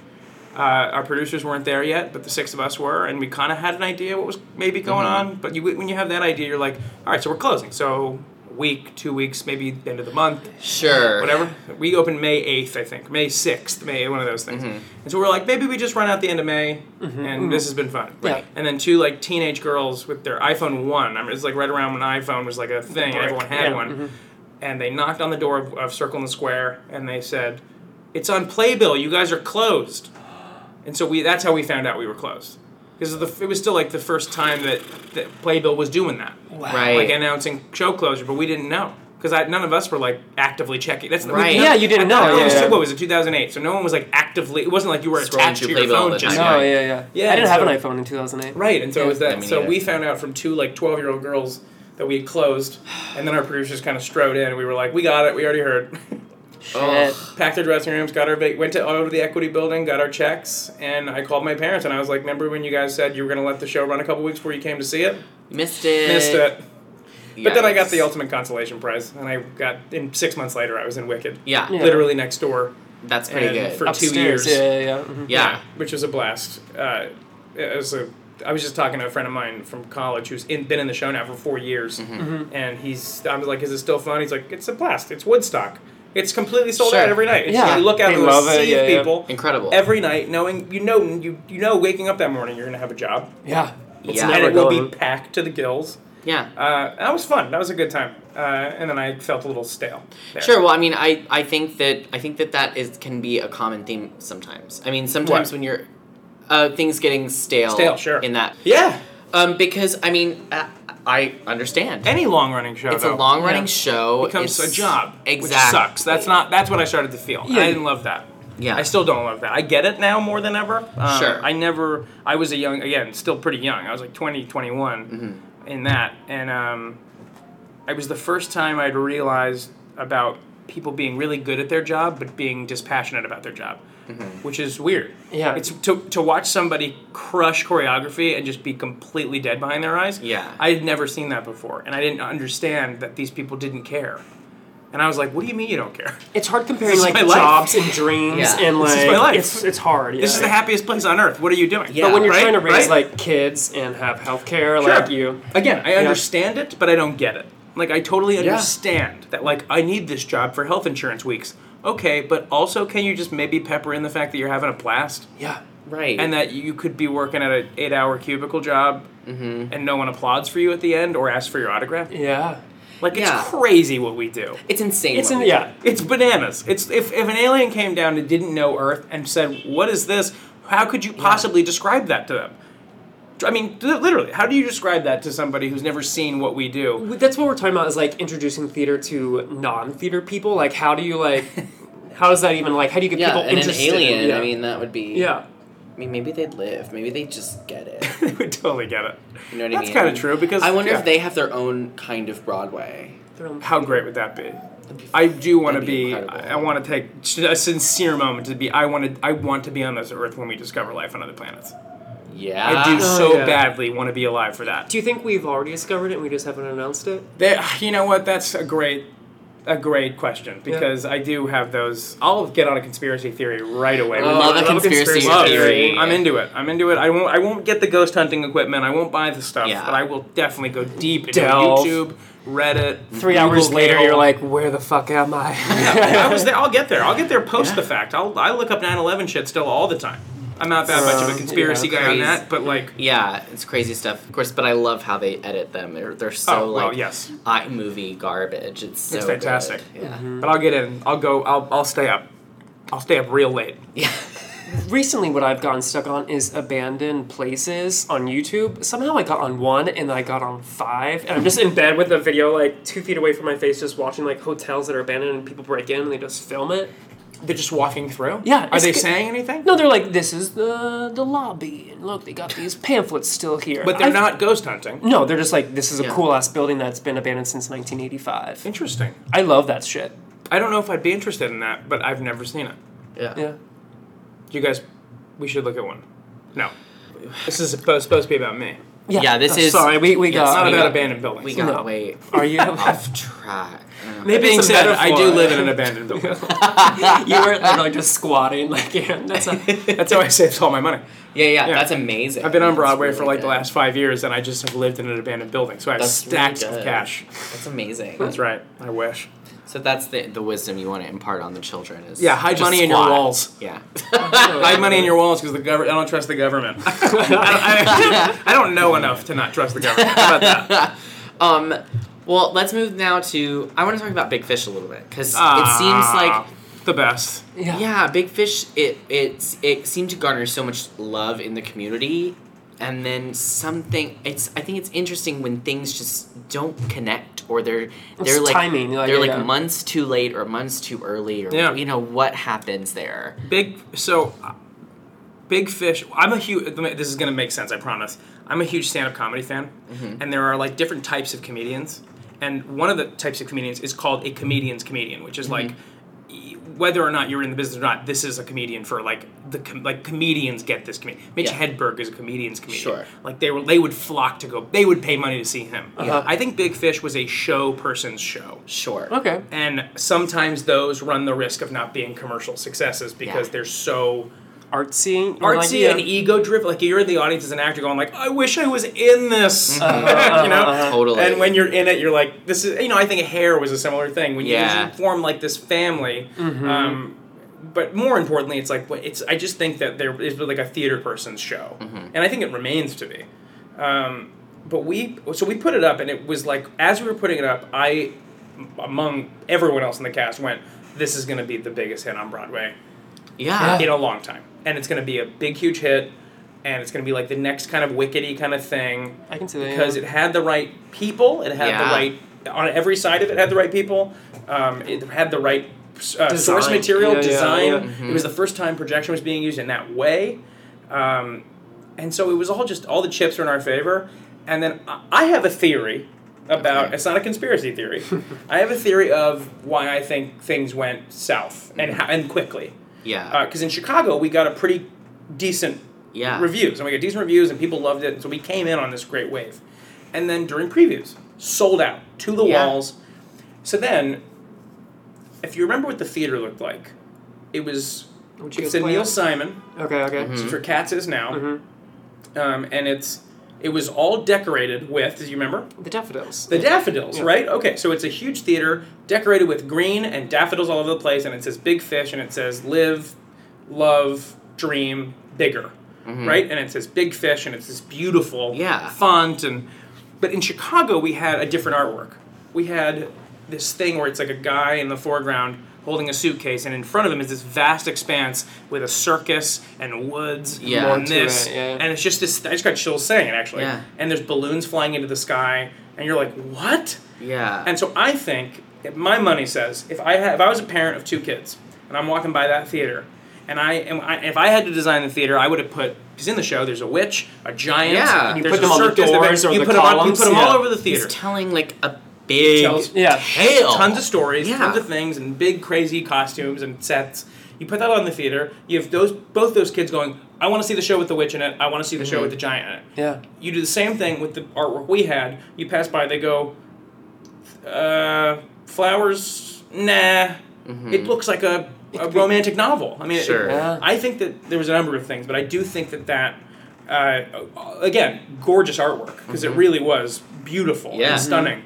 Speaker 2: uh, our producers weren't there yet, but the six of us were, and we kind of had an idea what was maybe going on. But you, when you have that idea, you're like, all right, so we're closing. So a week, two weeks, maybe the end of the month,
Speaker 4: Sure.
Speaker 2: whatever. We opened May 8th, I think, May 6th, May, one of those things. And so we're like, maybe we just run out the end of May,
Speaker 8: Mm-hmm.
Speaker 2: and this has been fun.
Speaker 8: Right.
Speaker 2: And then two like teenage girls with their iPhone one. I mean, it's like right around when iPhone was like a thing, and
Speaker 8: Brick.
Speaker 2: everyone had
Speaker 8: Yeah. Mm-hmm.
Speaker 2: one. And they knocked on the door of, of Circle in the Square, and they said, "It's on Playbill. You guys are closed." And so we that's how we found out we were closed. Because it was still like the first time that, that Playbill was doing that,
Speaker 4: Right.
Speaker 2: Like announcing show closure, but we didn't know because none of us were like actively checking. That's
Speaker 4: Right.
Speaker 2: we-
Speaker 4: Yeah,
Speaker 8: you didn't
Speaker 2: I thought
Speaker 8: know,
Speaker 2: it
Speaker 8: yeah,
Speaker 2: was-
Speaker 8: yeah.
Speaker 2: What was it? 2008. So no one was like actively. It wasn't like you were
Speaker 4: Scrolling
Speaker 2: attached
Speaker 4: through
Speaker 2: to your
Speaker 4: Playbill all
Speaker 2: phone
Speaker 4: the
Speaker 2: just
Speaker 4: time,
Speaker 8: Oh
Speaker 4: yeah.
Speaker 8: yeah, yeah.
Speaker 2: Yeah,
Speaker 8: I didn't
Speaker 2: and
Speaker 8: have
Speaker 2: so-
Speaker 8: an iPhone in 2008.
Speaker 2: Right, and so it was
Speaker 4: I
Speaker 2: that.
Speaker 4: mean,
Speaker 2: So
Speaker 4: yeah.
Speaker 2: we found out from two like twelve year old girls that we had closed, and then our producers kind of strode in. and We were like, "We got it. We already heard."
Speaker 4: Ugh.
Speaker 2: Packed our dressing rooms, got our vac- went to over to the Equity Building, got our checks, and I called my parents and I was like, "Remember when you guys said you were going to let the show run a couple weeks before you came to see it?
Speaker 4: Missed it.
Speaker 2: Missed it." But then I got
Speaker 4: Eh, Yikes.
Speaker 2: the ultimate consolation prize, and I got in six months later I was in Wicked.
Speaker 4: Yeah. Yeah.
Speaker 2: literally next door.
Speaker 4: That's pretty
Speaker 2: and
Speaker 4: good.
Speaker 2: for two
Speaker 8: Upstairs,
Speaker 2: years.
Speaker 8: yeah, yeah, yeah. Mhm.
Speaker 4: Yeah.
Speaker 2: which was a blast. Uh, it was a. I was just talking to a friend of mine from college who's in, been in the show now for four years, and he's. I was like, "Is it still fun?" He's like, "It's a blast. It's Woodstock. It's completely sold out
Speaker 4: Sure.
Speaker 2: every night. It's,
Speaker 8: Yeah.
Speaker 2: you look out
Speaker 8: They
Speaker 2: at the
Speaker 8: love it,
Speaker 2: sea of
Speaker 8: yeah, yeah.
Speaker 2: people
Speaker 4: Incredible.
Speaker 2: every night, knowing you know you you know waking up that morning you're gonna have a job.
Speaker 8: Yeah.
Speaker 4: Yeah.
Speaker 2: and
Speaker 4: never
Speaker 2: it will
Speaker 8: gone.
Speaker 2: be packed to the gills.
Speaker 4: Yeah.
Speaker 2: Uh, that was fun. That was a good time. Uh, and then I felt a little stale. there.
Speaker 4: Sure. Well, I mean, I, I think that I think that that is can be a common theme sometimes. I mean, sometimes
Speaker 2: What?
Speaker 4: when you're uh, things getting stale,
Speaker 2: Stale, sure.
Speaker 4: in that.
Speaker 2: Yeah.
Speaker 4: Um, because I mean, I, I understand.
Speaker 2: Any long running show.
Speaker 4: It's
Speaker 2: though,
Speaker 4: a long running
Speaker 2: yeah,
Speaker 4: show.
Speaker 2: Becomes
Speaker 4: it's-
Speaker 2: a job.
Speaker 4: Exactly.
Speaker 2: Which sucks. That's not. That's what I started to feel.
Speaker 4: Yeah.
Speaker 2: I didn't love that.
Speaker 4: Yeah.
Speaker 2: I still don't love that. I get it now more than ever. Um,
Speaker 4: Sure.
Speaker 2: I never. I was a young. Again, still pretty young. I was like 20, 21
Speaker 4: Mm-hmm.
Speaker 2: in that, and um, it was the first time I'd realized about people being really good at their job but being dispassionate about their job which is weird.
Speaker 8: Yeah.
Speaker 2: It's to, to watch somebody crush choreography and just be completely dead behind their eyes.
Speaker 4: Yeah.
Speaker 2: I had never seen that before, and I didn't understand that these people didn't care. And I was like, "What do you mean you don't care?
Speaker 8: It's hard comparing
Speaker 2: This is
Speaker 8: like
Speaker 2: my life.
Speaker 8: jobs and dreams
Speaker 2: Yeah.
Speaker 8: and like
Speaker 2: This is my life.
Speaker 8: it's it's hard. Yeah.
Speaker 2: This is the happiest place on earth. What are you doing?"
Speaker 8: But when you're
Speaker 2: Right?
Speaker 8: trying to raise
Speaker 2: Right?
Speaker 8: like kids and have healthcare,
Speaker 2: Sure.
Speaker 8: like you
Speaker 2: again, I
Speaker 8: Yeah.
Speaker 2: understand it, but I don't get it. Like I totally
Speaker 8: Yeah.
Speaker 2: understand that like I need this job for health insurance weeks. Okay, but also can you just maybe pepper in the fact that you're having a blast?
Speaker 8: Yeah.
Speaker 4: Right.
Speaker 2: And that you could be working at an eight hour cubicle job
Speaker 8: Mm-hmm.
Speaker 2: and no one applauds for you at the end or asks for your autograph.
Speaker 8: Yeah.
Speaker 2: Like it's
Speaker 4: Yeah.
Speaker 2: crazy what we do.
Speaker 4: It's insane.
Speaker 8: It's
Speaker 4: what
Speaker 8: in-
Speaker 4: we
Speaker 8: yeah.
Speaker 2: It's bananas. It's if, if an alien came down and didn't know Earth and said, What is this? How could you possibly describe that to them? I mean, li- literally, how do you describe that to somebody who's never seen what we do?
Speaker 8: that's what we're talking about is like introducing theater to non-theater people. Like how do you like how does that even like how do you get
Speaker 4: Yeah,
Speaker 8: people
Speaker 4: and an
Speaker 8: interested?
Speaker 4: alien.
Speaker 8: yeah.
Speaker 4: I mean, that would be.
Speaker 8: yeah.
Speaker 4: I mean, maybe they'd live. Maybe they just get it.
Speaker 2: they would totally get it.
Speaker 4: You know what I
Speaker 2: That's
Speaker 4: mean?
Speaker 2: kind of true because
Speaker 4: I wonder
Speaker 2: yeah.
Speaker 4: if they have their own kind of Broadway.
Speaker 2: How great would that be? I do want to
Speaker 4: That'd be
Speaker 2: be.
Speaker 4: incredible.
Speaker 2: I want to take s- a sincere moment to be. I want to. I want to be on this Earth when we discover life on other planets.
Speaker 4: Ah, Yeah.
Speaker 2: I do
Speaker 8: Oh,
Speaker 2: so
Speaker 8: yeah.
Speaker 2: badly want to be alive for that.
Speaker 8: Do you think we've already discovered it and we just haven't announced it?
Speaker 2: There, you know what? That's a great, a great question because I do have those. I'll get on a conspiracy theory right away.
Speaker 4: I love a conspiracy theory.
Speaker 2: I'm into it. I'm into it. I won't. I won't get the ghost hunting equipment. I won't buy the stuff.
Speaker 4: Yeah.
Speaker 2: But I will definitely go deep into
Speaker 8: Delve.
Speaker 2: YouTube, Reddit.
Speaker 8: Three
Speaker 2: Google
Speaker 8: hours later,
Speaker 2: Mail.
Speaker 8: you're like, where the fuck am I?
Speaker 2: I was there. I'll get there. I'll get there post the fact. I'll I look up 9/11 shit still all the time. I'm not that much of
Speaker 8: Um,
Speaker 2: a conspiracy
Speaker 4: yeah,
Speaker 2: guy on
Speaker 4: crazy.
Speaker 2: that, but like,
Speaker 4: Yeah, it's crazy stuff, of course. But I love how they edit them. They're, they're so
Speaker 2: Oh,
Speaker 4: like
Speaker 2: well, yes.
Speaker 4: iMovie garbage. It's so
Speaker 2: it's fantastic.
Speaker 4: good. Yeah.
Speaker 2: But I'll get in. I'll go. I'll I'll stay up. I'll stay up real late.
Speaker 8: Recently, what I've gotten stuck on is abandoned places on YouTube. Somehow I got on one and then I got on five, and I'm just in bed with a video like two feet away from my face, just watching like hotels that are abandoned and people break in and they just film it.
Speaker 2: They're just walking through.
Speaker 8: Yeah,
Speaker 2: Are
Speaker 8: it's
Speaker 2: they
Speaker 8: good.
Speaker 2: saying anything?
Speaker 8: No, they're like, this is the the lobby, and look, they got these pamphlets still here.
Speaker 2: But they're
Speaker 8: I've-
Speaker 2: not ghost hunting.
Speaker 8: No, they're just like, this is a
Speaker 4: Yeah.
Speaker 8: cool ass building that's been abandoned since 1985.
Speaker 2: Interesting.
Speaker 8: I love that shit.
Speaker 2: I don't know if I'd be interested in that, but I've never seen it.
Speaker 4: Yeah.
Speaker 8: Yeah.
Speaker 2: You guys, we should look at one. No. This is supposed, supposed to be about me.
Speaker 8: Yeah,
Speaker 4: Yeah, this
Speaker 8: I'm
Speaker 4: is-
Speaker 8: Sorry, we, we
Speaker 4: Yes,
Speaker 8: got.
Speaker 2: Not
Speaker 4: we
Speaker 2: about
Speaker 4: got-
Speaker 2: abandoned buildings.
Speaker 4: We got
Speaker 8: No.
Speaker 4: way
Speaker 8: Are you?
Speaker 4: off track. Uh,
Speaker 8: Maybe
Speaker 2: Being
Speaker 8: it's a
Speaker 2: said, I do
Speaker 8: metaphor.
Speaker 2: live in an abandoned building.
Speaker 8: you were literally just squatting, like yeah, that's a,
Speaker 2: That's how I saved all my money.
Speaker 4: yeah, yeah,
Speaker 2: Yeah.
Speaker 4: that's amazing.
Speaker 2: I've been on
Speaker 4: That's
Speaker 2: Broadway for
Speaker 4: really
Speaker 2: like the
Speaker 4: good.
Speaker 2: last five years, and I just have lived in an abandoned building, so I have
Speaker 4: That's
Speaker 2: stacks
Speaker 4: really
Speaker 2: of
Speaker 4: good.
Speaker 2: cash.
Speaker 4: That's amazing.
Speaker 2: That's right. I wish.
Speaker 4: So that's the the wisdom you want to impart on the children is
Speaker 2: Yeah, hide
Speaker 4: just
Speaker 2: money in your
Speaker 4: squat.
Speaker 2: walls.
Speaker 4: Yeah.
Speaker 2: I have money in your wallets because the government. I don't trust the government. I, don't, I- I don't know enough to not trust the government. How about that?
Speaker 4: Um, well, let's move now to I want to talk about Big Fish a little bit because it seems
Speaker 2: Ah,
Speaker 4: like
Speaker 2: the best.
Speaker 8: yeah.
Speaker 4: yeah, Big Fish it it's it seemed to garner so much love in the community, and then something it's I think it's interesting when things just don't connect or they're they're like
Speaker 8: timing, like,
Speaker 4: they're
Speaker 8: yeah,
Speaker 4: like
Speaker 8: yeah.
Speaker 4: months too late or months too early or
Speaker 2: Yeah.
Speaker 4: you know what happens there.
Speaker 2: Big. So, uh, Big Fish. I'm a huge. This is gonna make sense. I promise. I'm a huge stand-up comedy fan,
Speaker 4: Mm-hmm.
Speaker 2: and there are like different types of comedians, and one of the types of comedians is called a comedian's comedian, which is
Speaker 4: Mm-hmm.
Speaker 2: like y- whether or not you're in the business or not, this is a comedian for like the com- like comedians get this comedian. Mitch
Speaker 4: Yeah.
Speaker 2: Hedberg is a comedian's comedian.
Speaker 4: Sure.
Speaker 2: Like they were they would flock to go. They would pay money to see him. I think Big Fish was a show person's show.
Speaker 4: Uh-huh. Sure.
Speaker 8: Okay.
Speaker 2: And sometimes those run the risk of not being commercial successes because
Speaker 4: Yeah.
Speaker 2: they're so
Speaker 8: Artsy.
Speaker 2: artsy
Speaker 8: or like, yeah.
Speaker 2: and ego driven. Like you're in the audience as an actor going like, I wish I was in this.
Speaker 8: Mm-hmm.
Speaker 2: you know?
Speaker 8: Uh-huh.
Speaker 4: Totally.
Speaker 2: And when you're in it, you're like, this is you know, I think hair was a similar thing. When
Speaker 4: Yeah.
Speaker 2: you usually form like this family. Um but more importantly, it's like what- it's. I just
Speaker 4: Mm-hmm.
Speaker 2: think that there is like a theater person's show, and I think it remains to be. Um, but we so we put it up, and it was like as we were putting it up, I among everyone else in the cast went, "This is going to be the biggest hit on Broadway."
Speaker 4: Yeah.
Speaker 2: in a long time, and it's going to be a big, huge hit, and it's going to be like the next kind of wickety kind of thing.
Speaker 8: I can see that,
Speaker 2: because
Speaker 8: yeah.
Speaker 2: it had the right people, it had
Speaker 4: Yeah.
Speaker 2: the right on every side of it had the right people, um, it had the right uh, source
Speaker 8: Design.
Speaker 2: material,
Speaker 8: Yeah, yeah,
Speaker 2: design.
Speaker 8: yeah.
Speaker 2: It was the first time projection was being used in that way, um, and so it was all just all the chips were in our favor. And then I- I have a theory about it's not a conspiracy theory. I have a theory of why I think things went south
Speaker 4: Mm-hmm.
Speaker 2: and how, and quickly
Speaker 4: Yeah.
Speaker 2: because Uh, in Chicago we got a pretty decent
Speaker 4: Yeah.
Speaker 2: reviews, and we got decent reviews, and people loved it. So we came in on this great wave, and then during previews, sold out to the
Speaker 4: Yeah.
Speaker 2: walls. So then, if you remember what the theater looked like, it was
Speaker 8: Would you
Speaker 2: it's
Speaker 8: go
Speaker 2: a
Speaker 8: play
Speaker 2: Neil
Speaker 8: it?
Speaker 2: Simon.
Speaker 8: Okay, okay.
Speaker 2: It's
Speaker 4: Mm-hmm.
Speaker 8: Mhm.
Speaker 2: where Cats is now, um, and it's it was all decorated with. Do you remember?
Speaker 8: The daffodils.
Speaker 2: The daffodils,
Speaker 8: Yeah.
Speaker 2: right? Okay, so it's a huge theater decorated with green and daffodils all over the place, and it says big fish, and it says live, love, dream, bigger,
Speaker 8: Mm-hmm.
Speaker 4: Mhm.
Speaker 2: right? And it says big fish, and it's this beautiful
Speaker 4: Yeah.
Speaker 2: font. And but in Chicago, we had a different artwork. We had this thing where it's like a guy in the foreground holding a suitcase, and in front of him is this vast expanse with a circus and woods
Speaker 4: Yeah. More
Speaker 2: and
Speaker 4: to
Speaker 2: this,
Speaker 4: it, yeah.
Speaker 2: and it's just this. I just got chills saying it actually.
Speaker 4: Yeah.
Speaker 2: And there's balloons flying into the sky, and you're like, what?
Speaker 4: Yeah.
Speaker 2: And so I think if my money says if I ha- if I was a parent of two kids and I'm walking by that theater and I, and I if I had to design the theater I would have put because in the show there's a witch a giant
Speaker 4: Yeah.
Speaker 2: there's a circus, you put 'em on, you put 'em all over the theater
Speaker 4: He's telling like a big
Speaker 2: Tells-
Speaker 4: tale.
Speaker 2: tons of stories
Speaker 4: Yeah.
Speaker 2: tons of things and big crazy costumes and sets you put that on the theater you have those both those kids going I want to see the show with the witch in it I want to see the show
Speaker 4: Mhm.
Speaker 2: with the giant in it
Speaker 8: Yeah.
Speaker 2: you do the same thing with the artwork we had. You pass by, they go, uh, flowers, nah. It looks like a, a romantic novel. I mean, it-
Speaker 4: Mm-hmm. Sure. Yeah.
Speaker 2: I think that there was a number of things, but I do think that that, uh, again, gorgeous artwork, because
Speaker 4: Mhm.
Speaker 2: it really was beautiful
Speaker 4: Yeah.
Speaker 2: and stunning.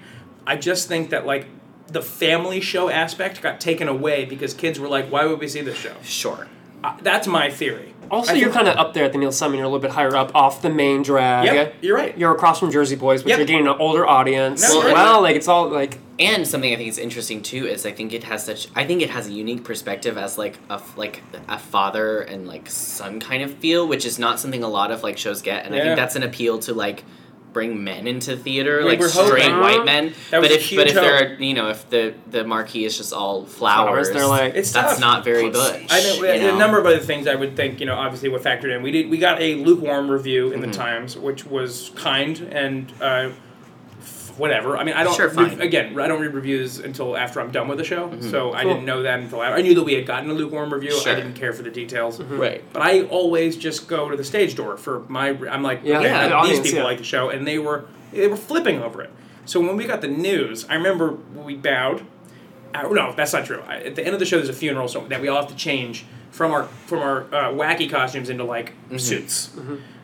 Speaker 2: I just think that, like, the family show aspect got taken away because kids were like, why would we see this show?
Speaker 4: Sure.
Speaker 2: Uh, that's my theory.
Speaker 8: Also,
Speaker 2: I
Speaker 8: you're
Speaker 2: think-
Speaker 8: kind of up there at the Neil Simon. You're a little bit higher up, off the main drag.
Speaker 2: Yep, you're right.
Speaker 8: You're across from Jersey Boys, but
Speaker 4: Yep.
Speaker 8: you're getting an older audience.
Speaker 4: No,
Speaker 8: well,
Speaker 4: you're right.
Speaker 8: like it's all like
Speaker 4: and something I think is interesting too is I think it has such I think it has a unique perspective as like a f- like a father and like son kind of feel, which is not something a lot of like shows get, and I
Speaker 2: Yeah.
Speaker 4: think that's an appeal to like bring men into theater,
Speaker 2: We
Speaker 4: like
Speaker 2: were hoping.
Speaker 4: straight
Speaker 8: Uh-huh.
Speaker 4: white men.
Speaker 2: That was
Speaker 4: but
Speaker 2: a
Speaker 4: if but
Speaker 2: huge
Speaker 4: if there
Speaker 2: hope.
Speaker 4: are you know if the the marquee is just all
Speaker 8: Flowers,
Speaker 4: flowers,
Speaker 8: they're like-
Speaker 2: It's
Speaker 4: that's
Speaker 2: tough.
Speaker 4: not very good.
Speaker 2: I know,
Speaker 4: you
Speaker 2: a
Speaker 4: know?
Speaker 2: number of other things I would think, you know, obviously were factored in. We did we got a lukewarm review
Speaker 4: Mm-hmm.
Speaker 2: in the Times, which was kind and uh, f- whatever. I mean, I don't
Speaker 4: Sure, fine. Mm-hmm.
Speaker 2: again, I don't read reviews until after I'm done with the show, so I
Speaker 8: Cool.
Speaker 2: didn't know that until after. I knew that we had gotten a lukewarm review.
Speaker 4: Sure. Mm-hmm.
Speaker 2: I didn't care for the details.
Speaker 4: Right.
Speaker 2: But I always just go to the stage door for my. I'm like,
Speaker 8: Yeah.
Speaker 2: okay,
Speaker 8: Yeah,
Speaker 2: these
Speaker 8: the audience,
Speaker 2: people
Speaker 8: yeah.
Speaker 2: like the show, and they were they were flipping over it. So when we got the news, I remember we bowed. I, no, that's not true. I, at the end of the show, there's a funeral, so that we all have to change from our from our uh, wacky costumes into like suits.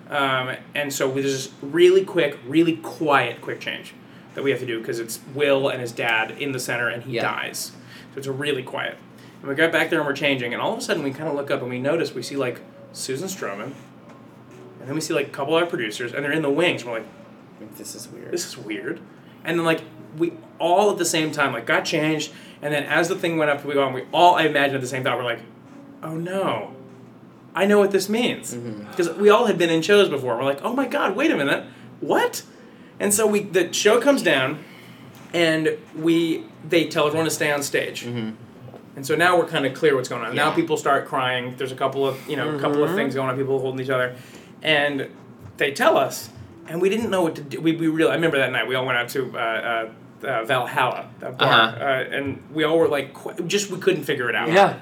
Speaker 2: Um, and so there's this really quick, really quiet, quick change that we have to do because it's Will and his dad in the center, and he
Speaker 4: Yeah.
Speaker 2: dies. So it's a really quiet. And we got back there and we're changing, and all of a sudden we kind of look up and we notice we see like Susan Stroman, and then we see like a couple of our producers, and they're in the wings. And we're like,
Speaker 4: This is weird.
Speaker 2: this is weird. And then like we all at the same time like got changed, and then as the thing went up, we go on. We all I imagine at the same time we're like, oh no, I know what this means
Speaker 4: Mm-hmm.
Speaker 2: because we all had been in shows before. We're like, oh my god, wait a minute, what? And so we the show comes down, and we they tell everyone to stay on stage. And so now we're kind of clear what's going on. Now
Speaker 4: Mm-hmm. Yeah. Mm-hmm.
Speaker 2: people start crying. There's a couple of you know a couple of things going on. People holding each other, and they tell us, and we didn't know what to do. We, we really I remember that night. We all went out to uh, uh, uh, Valhalla, that bar,
Speaker 4: Uh-huh.
Speaker 2: uh, and we all were like, qu- just we couldn't figure it out.
Speaker 8: yeah.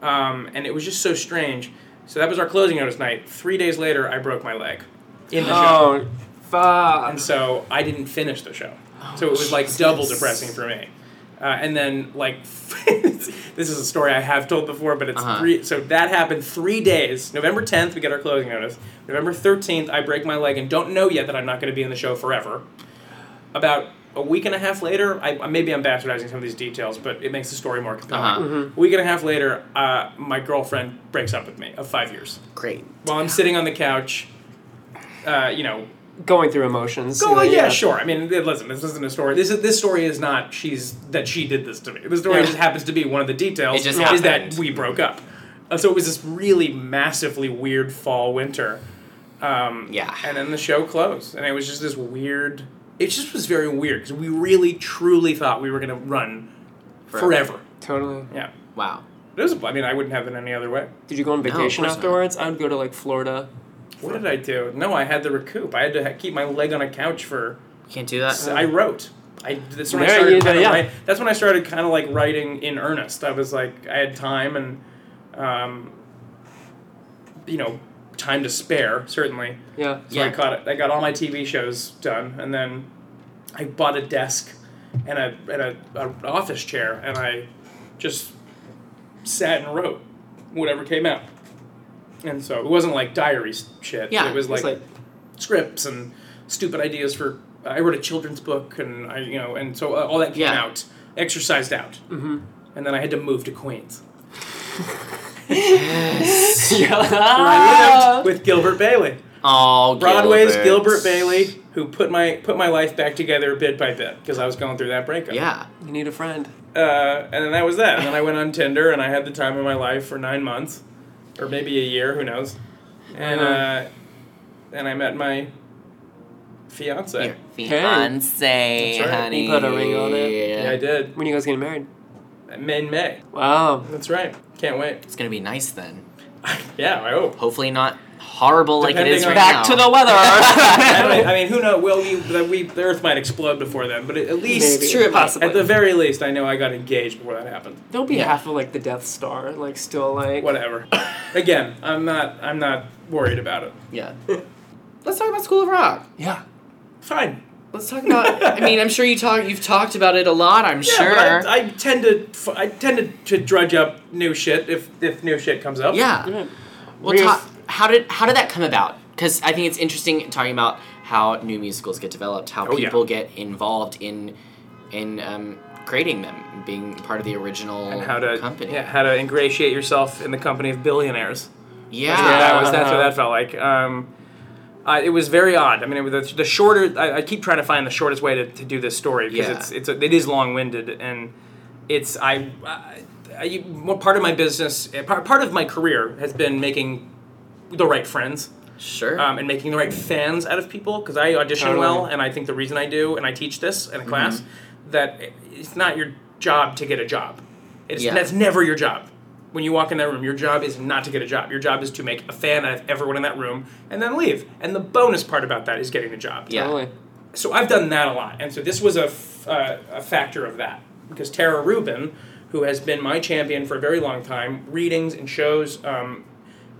Speaker 2: Um, and it was just so strange. So that was our closing notice night. Three days later, I broke my leg in the
Speaker 8: Oh,
Speaker 2: show,
Speaker 8: fuck. Oh,
Speaker 2: and so I didn't finish the show. So it was like double depressing for me. Uh, and then like this is a story I have told before, but it's
Speaker 4: Uh-huh.
Speaker 2: three. So that happened three days. November tenth, we get our closing notice. November thirteenth, I break my leg and don't know yet that I'm not going to be in the show forever. About a week and a half later, I maybe I'm bastardizing some of these details, but it makes the story more compelling.
Speaker 4: Uh-huh.
Speaker 8: Mm-hmm.
Speaker 2: A week and a half later, uh, my girlfriend breaks up with me of five years
Speaker 4: Great.
Speaker 2: while I'm sitting on the couch, uh, you know,
Speaker 8: going through emotions.
Speaker 2: Go,
Speaker 8: you know,
Speaker 2: yeah, sure. I mean, it- listen, this isn't a story. This is this story is not she's that she did this to me. This story
Speaker 8: Yeah.
Speaker 2: just happens to be one of the details
Speaker 4: It just
Speaker 2: is that
Speaker 4: happened.
Speaker 2: we broke up. Uh, so it was this really massively weird fall winter. Um, yeah. And then the show closed, and it was just this weird. It just was very weird because we really truly thought we were going to run
Speaker 8: Forever.
Speaker 2: forever.
Speaker 8: Totally.
Speaker 2: Yeah.
Speaker 4: Wow.
Speaker 2: It was. I mean, I wouldn't have it any other way.
Speaker 8: Did you go on
Speaker 2: No, of
Speaker 8: vacation
Speaker 2: course not.
Speaker 8: afterwards? I would go to like Florida.
Speaker 2: What did I do? No, I had to recoup. I had to ha- keep my leg on a couch for.
Speaker 4: Can't do that.
Speaker 2: I wrote. I that's when I
Speaker 8: There
Speaker 2: started.
Speaker 8: you go,
Speaker 2: kinda
Speaker 8: yeah.
Speaker 2: write- that's when I started kind of like writing in earnest. I was like, I had time and, um, you know, time to spare certainly.
Speaker 8: Yeah.
Speaker 2: So I caught it. I got all my TV shows done, and then I bought a desk and a and a, a office chair, and I just sat and wrote whatever came out. And so it wasn't like diary s- shit.
Speaker 4: Yeah,
Speaker 2: it was
Speaker 4: it was
Speaker 2: like, scripts and stupid ideas for. I wrote a children's book, and I you know, and so uh, all that came
Speaker 4: Yeah.
Speaker 2: out, exercised out, mm-hmm. and then I had to move to Queens. I lived with Gilbert Bailey.
Speaker 4: Oh,
Speaker 2: Broadway's
Speaker 4: Gilbert.
Speaker 2: Gilbert Bailey, who put my put my life back together bit by bit because I was going through that breakup.
Speaker 4: Yeah.
Speaker 8: You need a friend.
Speaker 2: Uh, and then that was that. And then I went on Tinder, and I had the time of my life for nine months, or maybe a year, who knows? And
Speaker 4: Uh-huh.
Speaker 2: uh, and I met my fiance.
Speaker 4: Your fiance,
Speaker 2: That's right.
Speaker 4: honey.
Speaker 8: You put a ring on it.
Speaker 2: Yeah, I did.
Speaker 8: When you guys getting married?
Speaker 2: In May.
Speaker 8: Wow.
Speaker 2: That's right. Can't wait.
Speaker 4: It's gonna be nice then.
Speaker 2: yeah, I hope.
Speaker 4: Hopefully not horrible like it is right now.
Speaker 2: I, don't- I mean, who knows? Well, we, that we the Earth might explode before then, but at least
Speaker 8: Maybe. Sure, possibly.
Speaker 2: At the very least, I know I got engaged before that happened.
Speaker 8: Don't be half of like the Death Star, like still like
Speaker 2: whatever. Again, I'm not. I'm not worried about it.
Speaker 4: Yeah. Let's talk about School of Rock.
Speaker 2: Yeah. Fine.
Speaker 4: Let's talk about. I mean, I'm sure you talk. You've talked about it a lot. I'm
Speaker 2: Yeah,
Speaker 4: sure.
Speaker 2: but I, I tend to. f- I tend to, to drudge up new shit if if new shit comes up.
Speaker 4: Yeah. Well,
Speaker 2: Real-
Speaker 4: ta- how did how did that come about? Because I think it's interesting talking about how new musicals get developed, how
Speaker 2: Oh, yeah.
Speaker 4: people get involved in in um, creating them, being part of the original
Speaker 2: and how to
Speaker 4: company.
Speaker 2: yeah how to ingratiate yourself in the company of billionaires.
Speaker 4: Yeah.
Speaker 2: that's what that was. That's what that felt like. Um, I, it was very odd. I mean, it was the, the shorter. I, I keep trying to find the shortest way to, to do this story because
Speaker 4: Yeah.
Speaker 2: it's it's a, it is long winded and it's I. I I, you- well, part of my business, eh, part part of my career has been making the right friends,
Speaker 4: sure,
Speaker 2: um, and making the right fans out of people. Because I audition
Speaker 8: Totally.
Speaker 2: well, and I think the reason I do, and I teach this
Speaker 4: Mm-hmm.
Speaker 2: in a class, that it- it's not your job to get a job. It's
Speaker 4: Yeah.
Speaker 2: that's never your job. When you walk in that room, your job is not to get a job. Your job is to make a fan out of everyone in that room and then leave. And the bonus part about that is getting a job.
Speaker 4: Yeah. Totally.
Speaker 2: So I've done that a lot, and so this was a, f- uh, a factor of that because Tara Rubin, who has been my champion for a very long time, readings and shows, um,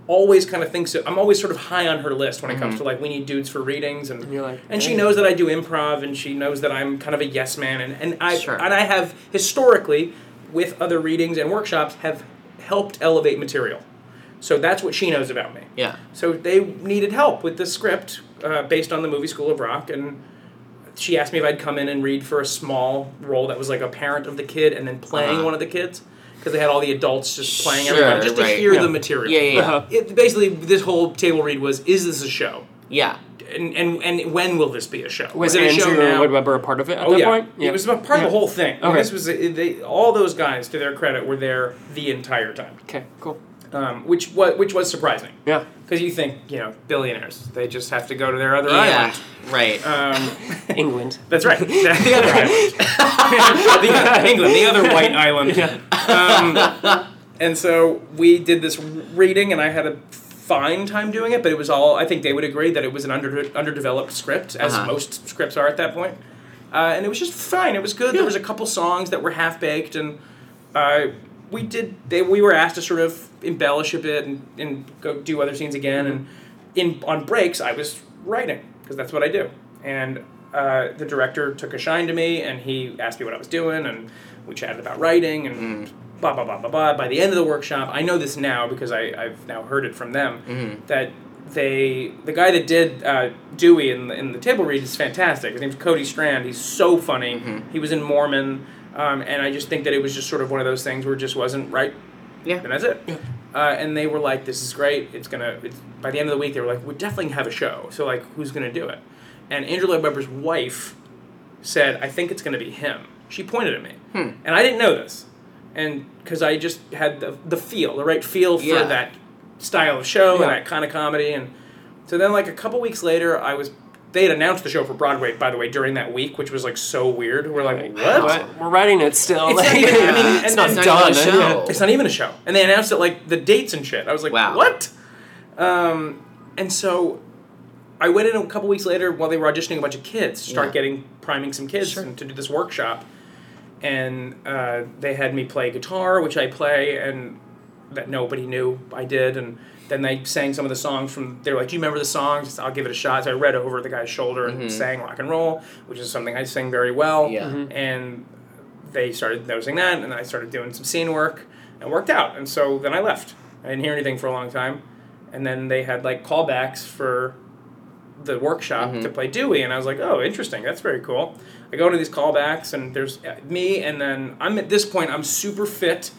Speaker 2: always kind of thinks that I'm always sort of high on her list when it comes
Speaker 4: Mhm.
Speaker 2: to like we need dudes for readings and
Speaker 8: You're like,
Speaker 2: and she
Speaker 8: "Hey."
Speaker 2: knows that I do improv and she knows that I'm kind of a yes man and, and I and I have historically with other readings and workshops have helped elevate material. So that's what she knows about me.
Speaker 4: Yeah.
Speaker 2: So they needed help with the script uh, based on the movie School of Rock, and she asked me if I'd come in and read for a small role that was like a parent of the kid and then playing
Speaker 4: Uh-huh.
Speaker 2: one of the kids because they had all the adults just playing
Speaker 4: Sure,
Speaker 2: everyone just
Speaker 4: right.
Speaker 2: to hear
Speaker 4: Yeah.
Speaker 2: the material.
Speaker 4: Yeah, yeah, yeah. Uh-huh.
Speaker 2: It, basically, this whole table read was: Is this a show?
Speaker 4: Yeah.
Speaker 2: And and, and when will this be a show?
Speaker 8: Was
Speaker 2: is it a show
Speaker 8: Andrew
Speaker 2: now?
Speaker 8: Lloyd Webber a part of it at
Speaker 2: oh
Speaker 8: that
Speaker 2: yeah.
Speaker 8: point?
Speaker 2: it was a part of the whole thing. I mean,
Speaker 8: Okay.
Speaker 2: This was they, all those guys, to their credit, were there the entire time.
Speaker 8: Okay, cool.
Speaker 2: Um, which was which was surprising.
Speaker 8: Yeah.
Speaker 2: Because you think, you know, billionaires, they just have to go to their other
Speaker 4: Yeah,
Speaker 2: island.
Speaker 4: right.
Speaker 2: Um,
Speaker 8: England.
Speaker 2: that's right. The other island. the, England, the other white island. Um, and so we did this reading, and I had a fine time doing it, but it was all, I think they would agree that it was an under, underdeveloped script, as
Speaker 4: Uh-huh.
Speaker 2: most scripts are at that point. Uh, and it was just fine. It was good. There was a couple songs that were half baked, and uh, we did. They, we were asked to sort of embellish a bit and, and go do other scenes again. And in on breaks, I was writing because that's what I do. And uh, the director took a shine to me, and he asked me what I was doing, and we chatted about writing and blah blah blah blah blah. By the end of the workshop, I know this now because I, I've now heard it from them
Speaker 4: Mhm.
Speaker 2: that they the guy that did uh, Dewey in the, in the table read is fantastic. His name's Cody Strand. He's so funny. He was in Mormon, um, and I just think that it was just sort of one of those things where it just wasn't right.
Speaker 4: Yeah.
Speaker 2: And that's it. Uh, and they were like, "This is great. It's gonna." It's, by the end of the week, they were like, "We definitely have a show." So like, who's gonna do it? and Andrew Lloyd Webber's wife said, "I think it's going to be him." She pointed at me,
Speaker 4: Hmm.
Speaker 2: and I didn't know this, and because I just had the, the feel, the right feel for
Speaker 4: Yeah.
Speaker 2: that style of show
Speaker 4: Yeah.
Speaker 2: and that kind of comedy, and so then like a couple weeks later, I was. They had announced the show for Broadway, by the way, during that week, which was like so weird. We're like, what?
Speaker 8: We're writing it still.
Speaker 2: It's
Speaker 8: like,
Speaker 2: not even, I mean, and-
Speaker 8: it's not
Speaker 2: and-
Speaker 8: done. yeah.
Speaker 2: It's not even a show. And they announced it like the dates and shit. I was like, what? Um, and so I went in a couple weeks later while they were auditioning a bunch of kids to start
Speaker 4: Yeah.
Speaker 2: getting priming some kids and to do this workshop. And uh, they had me play guitar, which I play, and that nobody knew I did. And then they sang some of the songs from. They're like, "Do you remember the songs?" I'll give it a shot. So I read over the guy's shoulder and
Speaker 4: Mhm.
Speaker 2: sang rock and roll, which is something I sing very well.
Speaker 4: Yeah. Mhm.
Speaker 2: And they started noticing that, and I started doing some scene work, and it worked out. And so then I left. I didn't hear anything for a long time, and then they had like callbacks for the workshop
Speaker 4: Mm-hmm.
Speaker 2: to play Dewey, and I was like, oh, interesting. That's very cool. I go to these callbacks, and there's uh, me, and then I'm at this point, I'm super fit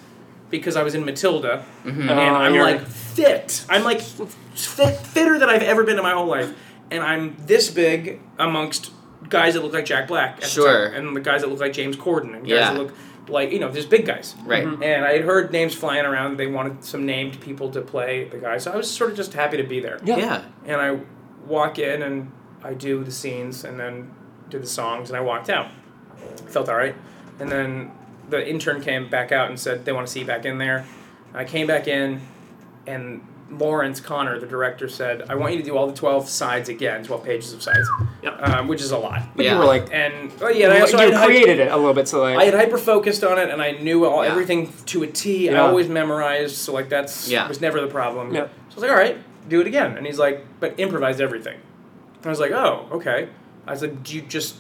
Speaker 2: because I was in Matilda,
Speaker 4: Mhm.
Speaker 2: and
Speaker 4: Oh,
Speaker 2: I'm
Speaker 4: you're-
Speaker 2: like fit. I'm like fit, fitter than I've ever been in my whole life, and I'm this big amongst guys that look like Jack Black, at the
Speaker 4: Sure.
Speaker 2: time, and the guys that look like James Corden, and guys
Speaker 4: Yeah.
Speaker 2: that look like you know, there's big guys,
Speaker 4: Right. Mhm.
Speaker 2: And I had heard names flying around. They wanted some named people to play the guys, so I was sort of just happy to be there.
Speaker 4: Yeah. Yeah.
Speaker 2: And I walk in and I do the scenes and then did the songs and I walked out. Felt all right. And then the intern came back out and said they want to see you back in there. I came back in and Lawrence Connor, the director, said, "I want you to do all the twelve sides again, twelve pages of sides, um, which is a lot."
Speaker 8: But you were like,
Speaker 2: and oh yeah, and I
Speaker 8: you
Speaker 2: also I had-
Speaker 8: created it a little bit. So like,
Speaker 2: I had hyper focused on it, and I knew all,
Speaker 8: Yeah.
Speaker 2: everything to a T. I
Speaker 8: Yeah.
Speaker 2: always memorized, so like that's
Speaker 8: Yeah.
Speaker 2: was never the problem.
Speaker 8: Yeah.
Speaker 2: So I was like, all right, do it again. And he's like, but improvise everything. And I was like, oh, okay. I said, do you just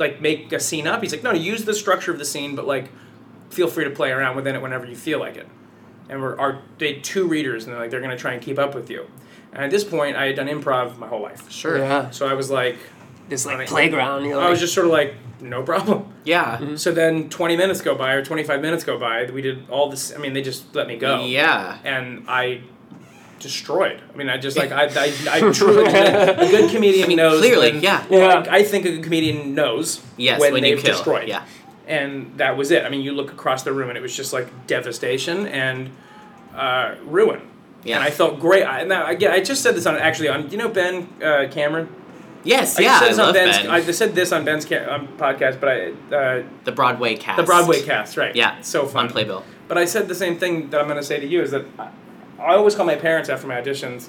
Speaker 2: like make a scene up? He's like, no, use the structure of the scene, but like feel free to play around within it whenever you feel like it. And we're our they had two readers, and they're like, they're gonna try and keep up with you. And at this point, I had done improv my whole life.
Speaker 4: Sure. Yeah.
Speaker 2: So I was like,
Speaker 8: this
Speaker 2: like
Speaker 8: playground, you're
Speaker 2: I was
Speaker 8: like-
Speaker 2: just sort of like, no problem.
Speaker 4: Yeah.
Speaker 8: Mhm.
Speaker 2: So then 20 minutes go by or 25 minutes go by. We did all this. I mean, they just let me go.
Speaker 4: Yeah.
Speaker 2: And I destroyed. I mean, I just like I I, I truly a good comedian
Speaker 4: I mean,
Speaker 2: knows.
Speaker 4: clearly,
Speaker 2: when-
Speaker 4: yeah.
Speaker 2: Like, I think a good comedian knows
Speaker 4: Yes,
Speaker 2: when,
Speaker 4: when you
Speaker 2: they've
Speaker 4: kill,
Speaker 2: destroyed.
Speaker 4: yeah.
Speaker 2: And that was it. I mean, you look across the room and it was just like devastation and uh, ruin.
Speaker 4: Yeah.
Speaker 2: And I felt great. I, now again, I just said this on actually on you know Ben uh, Cameron.
Speaker 4: Yes,
Speaker 2: I
Speaker 4: yeah,
Speaker 2: Said
Speaker 4: I
Speaker 2: this on
Speaker 4: love
Speaker 2: Ben's,
Speaker 4: Ben.
Speaker 2: I said this on Ben's ca- um, podcast, but I uh,
Speaker 4: The Broadway cast.
Speaker 2: the Broadway cast, right?
Speaker 4: Yeah.
Speaker 2: so fun.
Speaker 4: On Playbill.
Speaker 2: But I said the same thing that I'm going to say to you is that I, I always call my parents after my auditions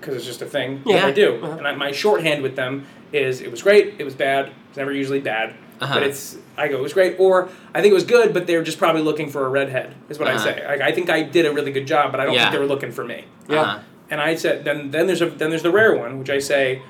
Speaker 2: because it's just a thing that
Speaker 4: Yeah. Uh-huh.
Speaker 2: I do, and I, my shorthand with them is it was great, it was bad. It's never usually bad,
Speaker 4: Uh-huh.
Speaker 2: but it's I go it was great, or I think it was good, but they were just probably looking for a redhead is what
Speaker 4: Uh-huh.
Speaker 2: I say. Like I think I did a really good job, but I don't
Speaker 4: Yeah.
Speaker 2: think they were looking for me.
Speaker 4: Yeah. Uh-huh.
Speaker 2: And I said then then there's a then there's the rare one which I say.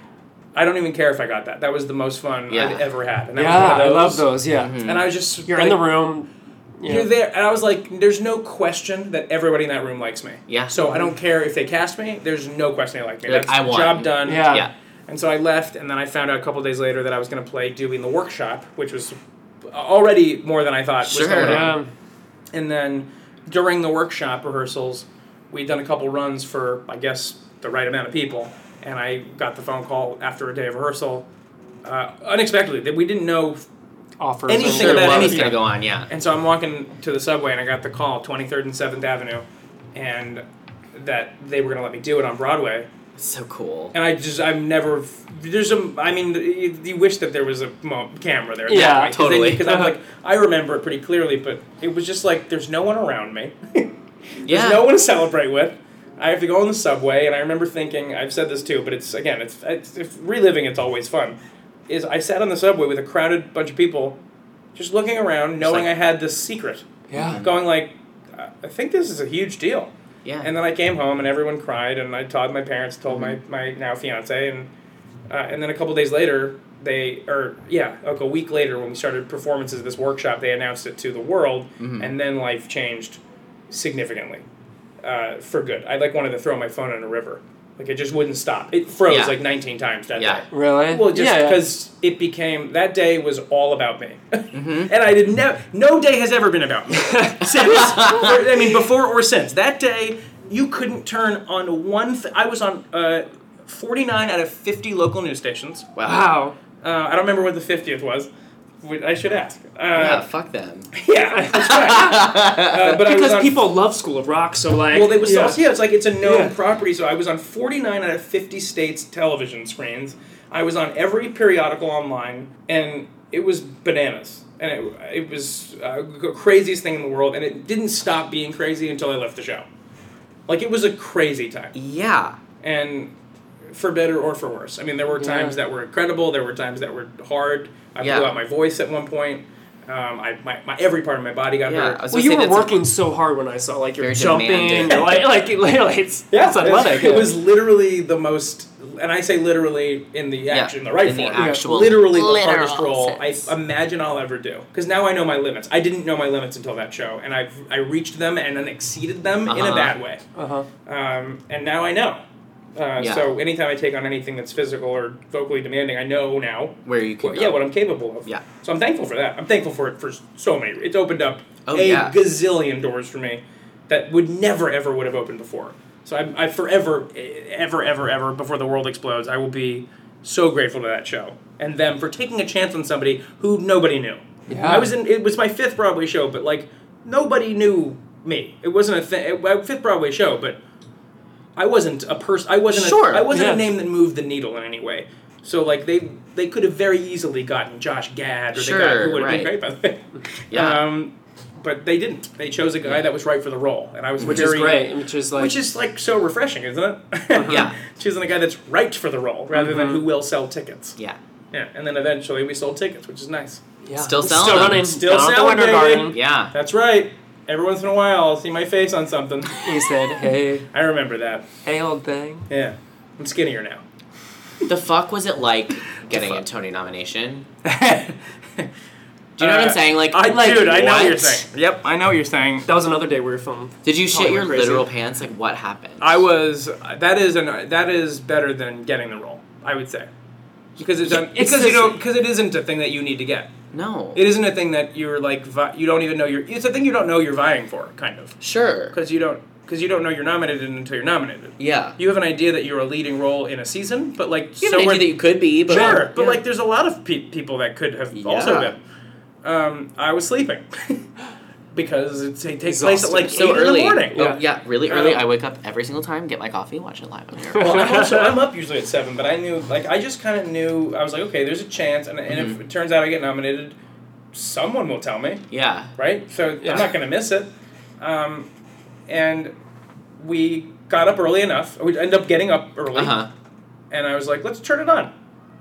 Speaker 2: I don't even care if I got that. That was the most fun
Speaker 4: Yeah. Mm-hmm.
Speaker 2: I've ever had. And that
Speaker 8: Yeah, I
Speaker 2: was one of
Speaker 8: love
Speaker 2: those.
Speaker 8: those, yeah. Mhm.
Speaker 2: And I was just
Speaker 8: You're in
Speaker 2: like,
Speaker 8: the room. you
Speaker 2: you're
Speaker 8: know.
Speaker 2: there, and I was like, "There's no question that everybody in that room likes me."
Speaker 4: Yeah.
Speaker 2: So I don't care if they cast me. There's no question they like me.
Speaker 4: You're like,
Speaker 2: That's
Speaker 4: "I won."
Speaker 2: job done.
Speaker 4: Yeah. Yeah.
Speaker 2: And so I left, and then I found out a couple days later that I was going to play Dewey in the workshop, which was already more than I thought was
Speaker 4: Sure.
Speaker 2: going
Speaker 4: Yeah.
Speaker 2: on. And then during the workshop rehearsals, we'd done a couple runs for I guess the right amount of people, and I got the phone call after a day of rehearsal, uh, unexpectedly that we didn't know
Speaker 8: offers
Speaker 2: anything
Speaker 4: Sure,
Speaker 2: about
Speaker 4: what was
Speaker 2: anything
Speaker 4: gonna go on, yeah.
Speaker 2: and so I'm walking to the subway and I got the call, 23rd and 7th Avenue, and that they were going to let me do it on Broadway.
Speaker 4: So cool.
Speaker 2: And I just, I've never, there's a, I mean, you, you wish that there was a mo- camera there.
Speaker 4: Yeah, totally. Uh-huh.
Speaker 2: Because I'm like, I remember it pretty clearly, but it was just like, there's no one around me.
Speaker 4: Yeah.
Speaker 2: There's no one to celebrate with. I have to go on the subway, and I remember thinking, I've said this too, but it's again, it's, it's if reliving. It's always fun. Is I sat on the subway with a crowded bunch of people, just looking around, knowing I had this secret.
Speaker 8: Yeah.
Speaker 2: Going like, I I think this is a huge deal.
Speaker 4: Yeah.
Speaker 2: And then I came home, and everyone cried, and I told my parents, told
Speaker 4: Mm-hmm.
Speaker 2: my my now fiance, and uh, and then a couple days later, they or yeah, like a week later when we started performances of this workshop, they announced it to the world,
Speaker 4: Mhm.
Speaker 2: and then life changed significantly uh, for good. I like wanted to throw my phone in a river. Like it just wouldn't stop. It froze
Speaker 4: Yeah.
Speaker 2: like 19 times that
Speaker 4: Yeah.
Speaker 2: day.
Speaker 8: Really?
Speaker 2: Well, just
Speaker 8: Yeah, yeah.
Speaker 2: because it became that day was all about me,
Speaker 8: Mm-hmm.
Speaker 2: and I did never. No day has ever been about me since. I mean, before or since that day, you couldn't turn on one. Th- I was on uh, 49 out of 50 local news stations.
Speaker 4: Wow.
Speaker 2: Uh, I don't remember what the 50th was. Wh- I should ask. Uh,
Speaker 4: yeah, fuck them.
Speaker 2: Yeah, that's right. Uh, but I was
Speaker 8: because
Speaker 2: on-
Speaker 8: people love School of Rock, so like.
Speaker 2: well, they was also, yeah, it's like it's a known
Speaker 8: Yeah.
Speaker 2: property. So I was on 49 out of 50 states television screens. I was on every periodical online, and it was bananas. And it, it was uh, the craziest thing in the world, and it didn't stop being crazy until I left the show. Like it was a crazy time.
Speaker 4: Yeah.
Speaker 2: And for better or for worse. I mean, there were times
Speaker 4: Yeah.
Speaker 2: that were incredible. There were times that were hard. I
Speaker 4: Yeah.
Speaker 2: blew out my voice at one point. Um, I my, my every part of my body got
Speaker 4: Yeah,
Speaker 2: hurt.
Speaker 4: I was
Speaker 8: Well, you were working so hard when I saw like you're
Speaker 2: Very
Speaker 8: jumping,
Speaker 2: demanding.
Speaker 8: you're like like, it- like it's that's athletic.
Speaker 2: It was literally the most, and I say literally in the action, the right
Speaker 4: in the
Speaker 2: form.
Speaker 4: actual-
Speaker 2: literally the
Speaker 4: literal
Speaker 2: hardest role I imagine I'll ever do. Because now I know my limits. I didn't know my limits until that show, and I've I reached them and then exceeded them in a
Speaker 4: Uh-huh.
Speaker 2: bad way.
Speaker 8: Uh-huh.
Speaker 2: Um, and now I know. Uh,
Speaker 4: Yeah.
Speaker 2: So anytime I take on anything that's physical or vocally demanding, I know now.
Speaker 4: Where you can
Speaker 2: Well,
Speaker 4: go.
Speaker 2: yeah, what I'm capable of.
Speaker 4: Yeah.
Speaker 2: So I'm thankful for that. I'm thankful for it for so many. It's opened up
Speaker 4: Oh,
Speaker 2: a
Speaker 4: yeah.
Speaker 2: gazillion doors for me that would never ever would have opened before. So I'm, I forever, eh, ever, ever, ever before the world explodes, I will be so grateful to that show and them for taking a chance on somebody who nobody knew.
Speaker 8: Yeah.
Speaker 2: I was in. It was my fifth Broadway show, but like nobody knew me. It wasn't a thing. Fifth Broadway show, but I wasn't a person. I wasn't.
Speaker 4: Sure,
Speaker 2: A, I wasn't
Speaker 4: yeah.
Speaker 2: a name that moved the needle in any way. So like they they could have very easily gotten Josh Gad or
Speaker 4: Sure,
Speaker 2: the guy who would have been great
Speaker 4: right.
Speaker 2: by the way.
Speaker 8: Ah.
Speaker 4: Yeah.
Speaker 2: Um, but they didn't. They chose a guy that was right for the role, and I was
Speaker 8: which is
Speaker 2: very
Speaker 8: great, Uh-huh. which is like
Speaker 2: which is like so refreshing, isn't it? yeah. Choosing a guy that's right for the role rather than
Speaker 8: Mm-hmm.
Speaker 2: who will sell tickets.
Speaker 4: Yeah.
Speaker 2: Yeah. And then eventually we sold tickets, which is nice.
Speaker 8: yeah.
Speaker 4: Still
Speaker 8: It's
Speaker 4: selling
Speaker 8: still
Speaker 4: them.
Speaker 8: running,
Speaker 2: Still
Speaker 8: down at
Speaker 2: selling,
Speaker 8: the Winter
Speaker 2: baby.
Speaker 8: Garden.
Speaker 4: Yeah.
Speaker 2: That's right. Every once in a while, I'll see my face on something.
Speaker 8: He said, "Hey,
Speaker 2: I remember that.
Speaker 8: hey, old thing."
Speaker 2: Yeah. I'm skinnier now.
Speaker 4: The fuck was it like getting a Tony nomination? Do you know what I'm
Speaker 2: Uh,
Speaker 4: saying? Like,
Speaker 2: I,
Speaker 4: like,
Speaker 2: dude, I know what you're
Speaker 4: what?
Speaker 2: saying. Yep, I know what you're saying.
Speaker 8: That was another day we were filming.
Speaker 4: Did you shit
Speaker 8: Totally
Speaker 4: your
Speaker 8: crazy.
Speaker 4: literal pants? Like, what happened?
Speaker 2: I was. That is an. That is better than getting the role. I would say, because it's, done
Speaker 4: It's
Speaker 2: because you
Speaker 4: just-
Speaker 2: don't because it isn't a thing that you need to get.
Speaker 4: No.
Speaker 2: It isn't a thing that you're like vi- you don't even know you're. It's a thing you don't know you're vying for, kind of,
Speaker 4: Sure.
Speaker 2: because you don't because you don't know you're nominated until you're nominated.
Speaker 4: Yeah.
Speaker 2: You have an idea that you're a leading role in a season, but like
Speaker 4: You
Speaker 2: so
Speaker 4: have an
Speaker 2: were-
Speaker 4: idea that you could be, but
Speaker 2: sure, but
Speaker 4: Yeah.
Speaker 2: like there's a lot of pe- people that could have also
Speaker 4: Yeah.
Speaker 2: been. Um, I was sleeping because it's, it takes place at
Speaker 8: Exhausted.
Speaker 2: like
Speaker 4: so
Speaker 2: eight
Speaker 4: early.
Speaker 2: in the morning.
Speaker 4: Oh, yeah. really early.
Speaker 2: Um,
Speaker 4: I wake up every single time, get my coffee, watch it live on here.
Speaker 2: Well, I'm also I'm up usually at seven, but I knew like I just kind of knew I was like, okay, there's a chance, and, and if it turns out I get nominated, someone will tell me,
Speaker 4: yeah.
Speaker 2: right? So
Speaker 8: Yeah.
Speaker 2: I'm not gonna miss it. Um, and we got up early enough. We ended up getting up early,
Speaker 4: Uh huh.
Speaker 2: and I was like, let's turn it on,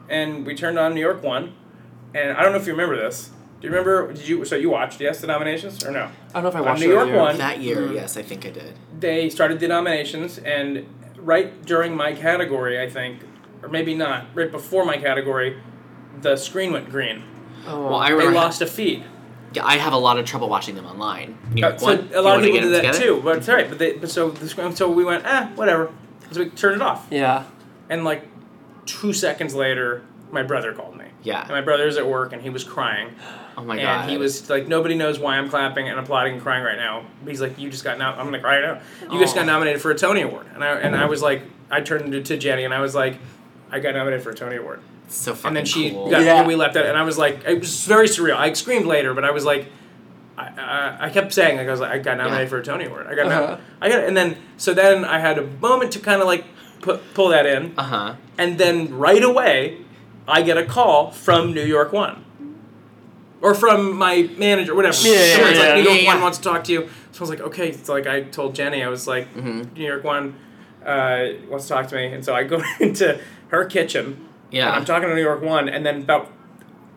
Speaker 2: and we turned on New York One, and I don't know if you remember this. Do you remember? Did you so you watched yes the nominations or no?
Speaker 8: I don't know if I
Speaker 2: On
Speaker 8: watched Mm-hmm.
Speaker 2: New
Speaker 8: that
Speaker 2: York
Speaker 8: year.
Speaker 2: One.
Speaker 4: That year, yes, I think I did.
Speaker 2: they started the nominations, and right during my category, I think, or maybe not, right before my category, the screen went green.
Speaker 8: Oh,
Speaker 4: Well, I
Speaker 2: They
Speaker 4: remember.
Speaker 2: lost a feed.
Speaker 4: yeah, I have a lot of trouble watching them online. New
Speaker 2: Uh,
Speaker 4: York
Speaker 2: so
Speaker 4: one.
Speaker 2: a
Speaker 4: You
Speaker 2: lot of
Speaker 4: wanna
Speaker 2: people
Speaker 4: get
Speaker 2: did
Speaker 4: them
Speaker 2: that
Speaker 4: together?
Speaker 2: too, but it's all right. But, they, but so the screen, so we went, eh, whatever. So we turned it off,
Speaker 8: yeah.
Speaker 2: and like two seconds later, my brother called me.
Speaker 4: Yeah.
Speaker 2: And my brother's at work, and he was crying.
Speaker 4: Oh my god.
Speaker 2: and he was like, nobody knows why I'm clapping and applauding and crying right now. He's like, you just got now. I'm gonna cry right now. You just got nominated for a Tony Award, and I and I was like, I turned to, to Jenny and I was like, I got nominated for a Tony Award,
Speaker 4: so fucking
Speaker 2: and then she
Speaker 4: cool.
Speaker 2: got,
Speaker 8: Yeah.
Speaker 2: and we left that, and I was like, it was very surreal. I screamed later, but I was like. I, I, I kept saying like I was like I got nominated
Speaker 4: Yeah.
Speaker 2: for a Tony Award. I got
Speaker 8: Uh-huh.
Speaker 2: nom- I got and then so then I had a moment to kind of like pu- pull that in.
Speaker 4: Uh huh.
Speaker 2: And then right away, I get a call from New York One. Or from my manager, whatever.
Speaker 8: yeah,
Speaker 2: Someone's
Speaker 8: yeah,
Speaker 2: like, New
Speaker 4: yeah,
Speaker 2: York
Speaker 4: yeah.
Speaker 2: One wants to talk to you. So I was like, okay. So like I told Jenny, I was like,
Speaker 4: Mm-hmm.
Speaker 2: New York One uh, wants to talk to me. And so I go into her kitchen.
Speaker 4: Yeah.
Speaker 2: And I'm talking to New York One. And then about,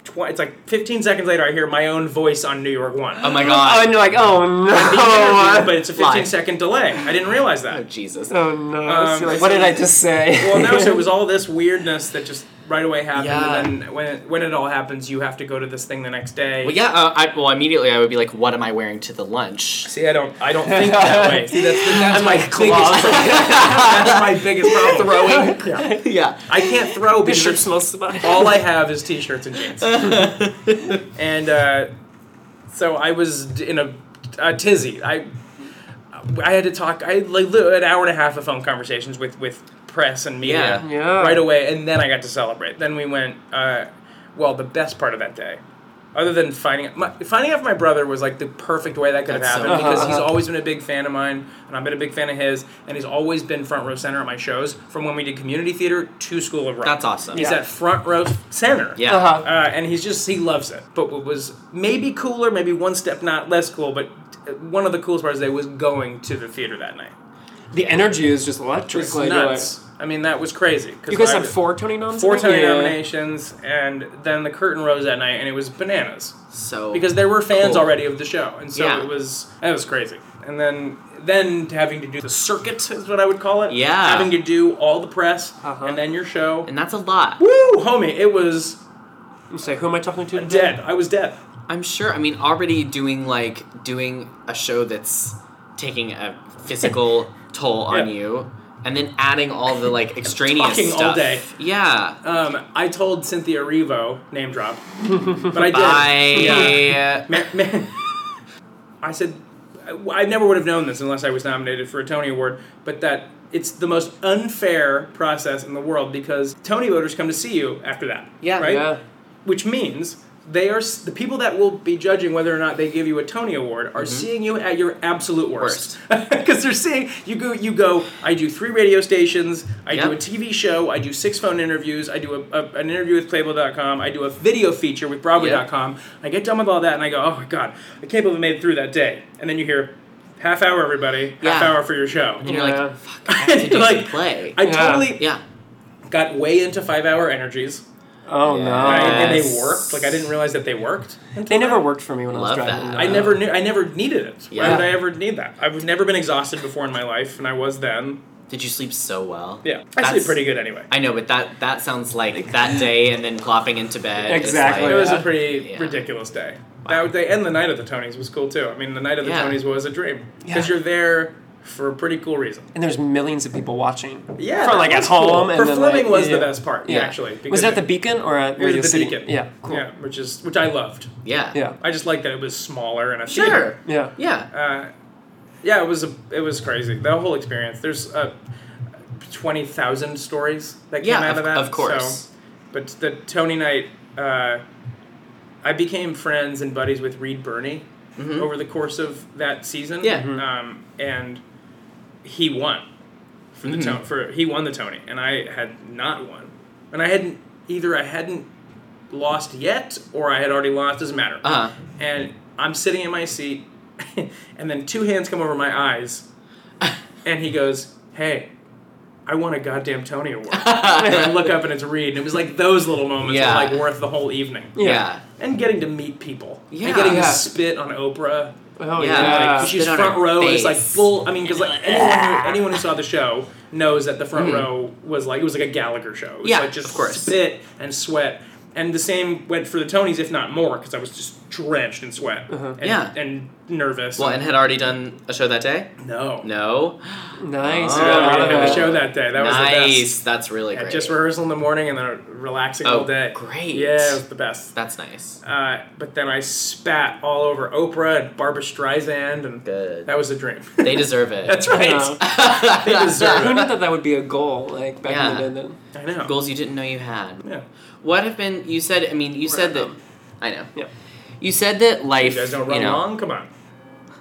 Speaker 2: tw- it's like 15 seconds later, I hear my own voice on New York One.
Speaker 4: Oh my
Speaker 8: Oh, and
Speaker 4: god.
Speaker 8: you're like, oh no,
Speaker 2: but it's a 15
Speaker 4: Live.
Speaker 2: second delay. I didn't realize that.
Speaker 4: Oh Jesus.
Speaker 8: oh no.
Speaker 2: Um,
Speaker 8: So you're like, what did I just say?
Speaker 2: Well, no, so it was all this weirdness that just right away happened,
Speaker 4: Yeah.
Speaker 2: and then when it, when it all happens, you have to go to this thing the next day.
Speaker 4: Well, yeah. Uh, I, well, immediately I would be like, "What am I wearing to the lunch?"
Speaker 2: See, I don't, I don't think that way. See, that's, that's my biggest, that's my biggest problem. Throwing. Yeah.
Speaker 4: yeah.
Speaker 2: I can't throw
Speaker 8: This shirt
Speaker 2: because
Speaker 8: smells so bad.
Speaker 2: all I have is t-shirts and jeans, and uh, so I was d- in a, a tizzy. I. I had to talk. I had like li- an hour and a half of phone conversations with with press and media
Speaker 8: Yeah. Yeah.
Speaker 2: right away, and then I got to celebrate. Then we went. Uh, well, the best part of that day, other than finding out, my, finding out if my brother was like the perfect way that could
Speaker 4: That's
Speaker 2: have
Speaker 4: so
Speaker 2: happened because he's
Speaker 4: cool.
Speaker 2: always been a big fan of mine, and I've been a big fan of his, and he's always been front row center at my shows from when we did community theater to School of Rock.
Speaker 4: That's awesome.
Speaker 2: He's
Speaker 4: Yeah.
Speaker 2: at front row center.
Speaker 4: Yeah.
Speaker 2: Uh, and he's just he loves it. But what was maybe cooler, maybe one step not less cool, but uh, one of the coolest parts of the day was going to the theater that night.
Speaker 8: The energy is just electric.
Speaker 2: It's
Speaker 8: like, you're
Speaker 2: nuts. I mean, that was crazy. 'cause
Speaker 8: You guys
Speaker 2: I
Speaker 8: had
Speaker 2: was-
Speaker 8: four Tony noms?
Speaker 2: Four Tony
Speaker 8: Yeah.
Speaker 2: nominations, and then the curtain rose that night, and it was bananas.
Speaker 4: So
Speaker 2: because there were fans
Speaker 4: cool.
Speaker 2: already of the show, and so
Speaker 4: Yeah.
Speaker 2: it was that was crazy. And then then having to do the circuit is what I would call it.
Speaker 4: Yeah.
Speaker 2: having to do all the press
Speaker 8: Uh-huh.
Speaker 2: and then your show,
Speaker 4: and that's a lot.
Speaker 2: Woo, homie, it was.
Speaker 8: You say, who am I talking to? Today?
Speaker 2: Dead. I was dead.
Speaker 4: I'm sure. I mean, already doing like doing a show that's taking a physical toll on
Speaker 2: Yeah.
Speaker 4: you, and then adding all the like extraneous
Speaker 2: Talking all
Speaker 4: stuff.
Speaker 2: day.
Speaker 4: Yeah.
Speaker 2: Um, I told Cynthia Revo name drop, but I did.
Speaker 4: Bye.
Speaker 2: Yeah. Ma- ma- I said I- I never would have known this unless I was nominated for a Tony Award, but that it's the most unfair process in the world because Tony voters come to see you after that.
Speaker 4: Yeah.
Speaker 2: Right.
Speaker 4: Yeah.
Speaker 2: Which means they are s- the people that will be judging whether or not they give you a Tony Award are seeing you at your absolute worst because they're seeing you go. You go. I do three radio stations. I do
Speaker 4: Yep.
Speaker 2: a TV show. I do six phone interviews. I do a, a, an interview with Playbill.com. I do a video feature with Broadway.com. I get done with all that and I go, oh my god, I can't believe I made it through that day. And then you hear, half hour everybody, half
Speaker 4: Yeah.
Speaker 2: hour for your show.
Speaker 4: And you're like, fuck, I have to
Speaker 2: And
Speaker 4: do
Speaker 2: you're
Speaker 4: like,
Speaker 2: like,
Speaker 4: play.
Speaker 2: I totally
Speaker 4: yeah.
Speaker 2: got way into five hour energies.
Speaker 8: Oh no!
Speaker 2: Right? And they worked. Like I didn't realize that they worked.
Speaker 8: They never worked for me when I was
Speaker 4: Love
Speaker 8: driving.
Speaker 4: that.
Speaker 2: I never knew. I never needed it. Why
Speaker 4: Yeah.
Speaker 2: would I ever need that? I've never been exhausted before in my life, and I was then.
Speaker 4: Did you sleep so well?
Speaker 2: Yeah, I
Speaker 4: That's-
Speaker 2: sleep pretty good anyway.
Speaker 4: I know, but that that sounds like that day and then plopping into bed. is
Speaker 8: Exactly.
Speaker 4: like-
Speaker 2: It was a
Speaker 8: Yeah.
Speaker 2: pretty
Speaker 4: Yeah.
Speaker 2: ridiculous day. That day and the night of the Tonys was cool too. I mean, the night of the
Speaker 4: Yeah.
Speaker 2: Tonys was a dream because
Speaker 8: Yeah.
Speaker 2: you're there for a pretty cool reason.
Speaker 8: And there's millions of people watching.
Speaker 2: Yeah,
Speaker 8: for
Speaker 2: that
Speaker 8: like at
Speaker 2: was cool.
Speaker 8: home. And then,
Speaker 2: Performing
Speaker 8: like,
Speaker 2: was
Speaker 8: yeah.
Speaker 2: the best part, actually, because
Speaker 8: was that
Speaker 2: it-
Speaker 8: the Beacon or at
Speaker 2: It was
Speaker 8: Radio
Speaker 2: at the
Speaker 8: City?
Speaker 2: Beacon.
Speaker 8: Yeah, cool.
Speaker 2: Yeah, which is which I loved.
Speaker 4: yeah.
Speaker 8: yeah,
Speaker 2: I just liked that it was smaller and a
Speaker 4: Sure.
Speaker 2: theater.
Speaker 8: yeah.
Speaker 4: Yeah.
Speaker 2: Uh, yeah, it was a, it was crazy. The whole experience. There's uh, twenty thousand stories that came
Speaker 4: Yeah,
Speaker 2: out
Speaker 4: of-
Speaker 2: of that.
Speaker 4: of course.
Speaker 2: So, but the Tony night, uh, I became friends and buddies with Reed Burney over the course of that season.
Speaker 4: Mm-hmm. Yeah.
Speaker 2: Um, and he won for the
Speaker 4: Mm-hmm.
Speaker 2: Tony. For he won the Tony, and I had not won, and I hadn't either. I hadn't lost yet, or I had already lost. Doesn't matter
Speaker 4: Uh-huh.
Speaker 2: and I'm sitting in my seat, and then two hands come over my eyes, and he goes, "Hey, I won a goddamn Tony Award." and I look up and it's Reed, and it was like those little moments
Speaker 4: Yeah.
Speaker 2: were like worth the whole evening.
Speaker 4: Yeah.
Speaker 2: And getting to meet people,
Speaker 4: Yeah.
Speaker 2: and getting
Speaker 4: Yeah.
Speaker 2: to spit on Oprah.
Speaker 8: Oh
Speaker 4: Yeah,
Speaker 8: yeah.
Speaker 2: Like, she's
Speaker 4: Spit on
Speaker 2: front
Speaker 4: her
Speaker 2: row. It's like
Speaker 4: face.
Speaker 2: full. I mean, because like anyone who, anyone who saw the show knows that the front row was like it was like a Gallagher show. It was
Speaker 4: Mm-hmm. Yeah,
Speaker 2: like just
Speaker 4: of course.
Speaker 2: spit and sweat. And the same went for the Tonys, if not more, because I was just drenched in sweat and,
Speaker 4: Uh-huh. Yeah.
Speaker 2: and nervous.
Speaker 4: Well, and had already done a show that day.
Speaker 2: no,
Speaker 4: No.
Speaker 8: nice.
Speaker 4: Oh.
Speaker 2: Yeah, we didn't have
Speaker 8: Yeah.
Speaker 2: a show that day. That was the
Speaker 4: nice.
Speaker 2: best.
Speaker 4: That's really
Speaker 2: Yeah,
Speaker 4: great.
Speaker 2: just rehearsal in the morning and then relaxing
Speaker 4: Oh,
Speaker 2: all day.
Speaker 4: great.
Speaker 2: Yeah, it was the best.
Speaker 4: That's nice.
Speaker 2: Uh, but then I spat all over Oprah and Barbara Streisand, and
Speaker 4: Good. Oh,
Speaker 2: that was a dream.
Speaker 4: They deserve it.
Speaker 2: Uh, That's
Speaker 8: I
Speaker 2: right.
Speaker 8: know.
Speaker 2: They deserve
Speaker 8: Who
Speaker 2: it.
Speaker 8: knew that that would be a goal? Like back
Speaker 4: Yeah.
Speaker 8: in the day. Then.
Speaker 2: I know.
Speaker 4: Goals you didn't know you had.
Speaker 2: Yeah.
Speaker 4: What have been? You said. I mean, you said that. I know.
Speaker 8: Yeah.
Speaker 4: You said that life.
Speaker 2: You guys don't run
Speaker 4: know-
Speaker 2: long? Come on.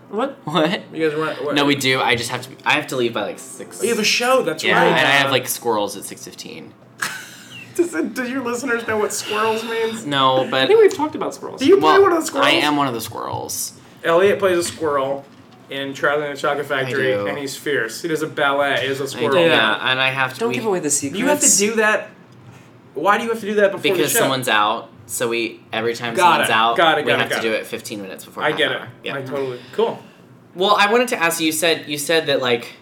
Speaker 8: What?
Speaker 4: What?
Speaker 2: You guys run. What?
Speaker 4: No, we do. I just have to. I have to leave by like six.
Speaker 2: We have a show. That's
Speaker 4: yeah,
Speaker 2: right.
Speaker 4: and I have like squirrels at six fifteen.
Speaker 2: Does, it, do your listeners know what squirrels means?
Speaker 4: No, but
Speaker 8: I think we've talked about squirrels.
Speaker 2: Do you play
Speaker 4: well,
Speaker 2: one of the squirrels?
Speaker 4: I am one of the squirrels.
Speaker 2: Elliot plays a squirrel in Charlie and the Chocolate Factory,
Speaker 4: do.
Speaker 2: and he's fierce. He does a ballet as a
Speaker 4: I
Speaker 2: squirrel.
Speaker 4: do,
Speaker 8: Yeah.
Speaker 4: yeah, and I have to.
Speaker 8: Don't
Speaker 4: we-
Speaker 8: give away the secrets.
Speaker 2: You have to do that. Why do you have to do that before
Speaker 4: because
Speaker 2: the show?
Speaker 4: someone's out. So we every time
Speaker 2: Got
Speaker 4: someone's
Speaker 2: it,
Speaker 4: out,
Speaker 2: got it,
Speaker 4: we
Speaker 2: got it,
Speaker 4: have
Speaker 2: got
Speaker 4: to do
Speaker 2: it.
Speaker 4: it fifteen minutes before.
Speaker 2: I
Speaker 4: half
Speaker 2: get it.
Speaker 4: hour. Yeah.
Speaker 2: I totally cool.
Speaker 4: Well, I wanted to ask you. You said you said that like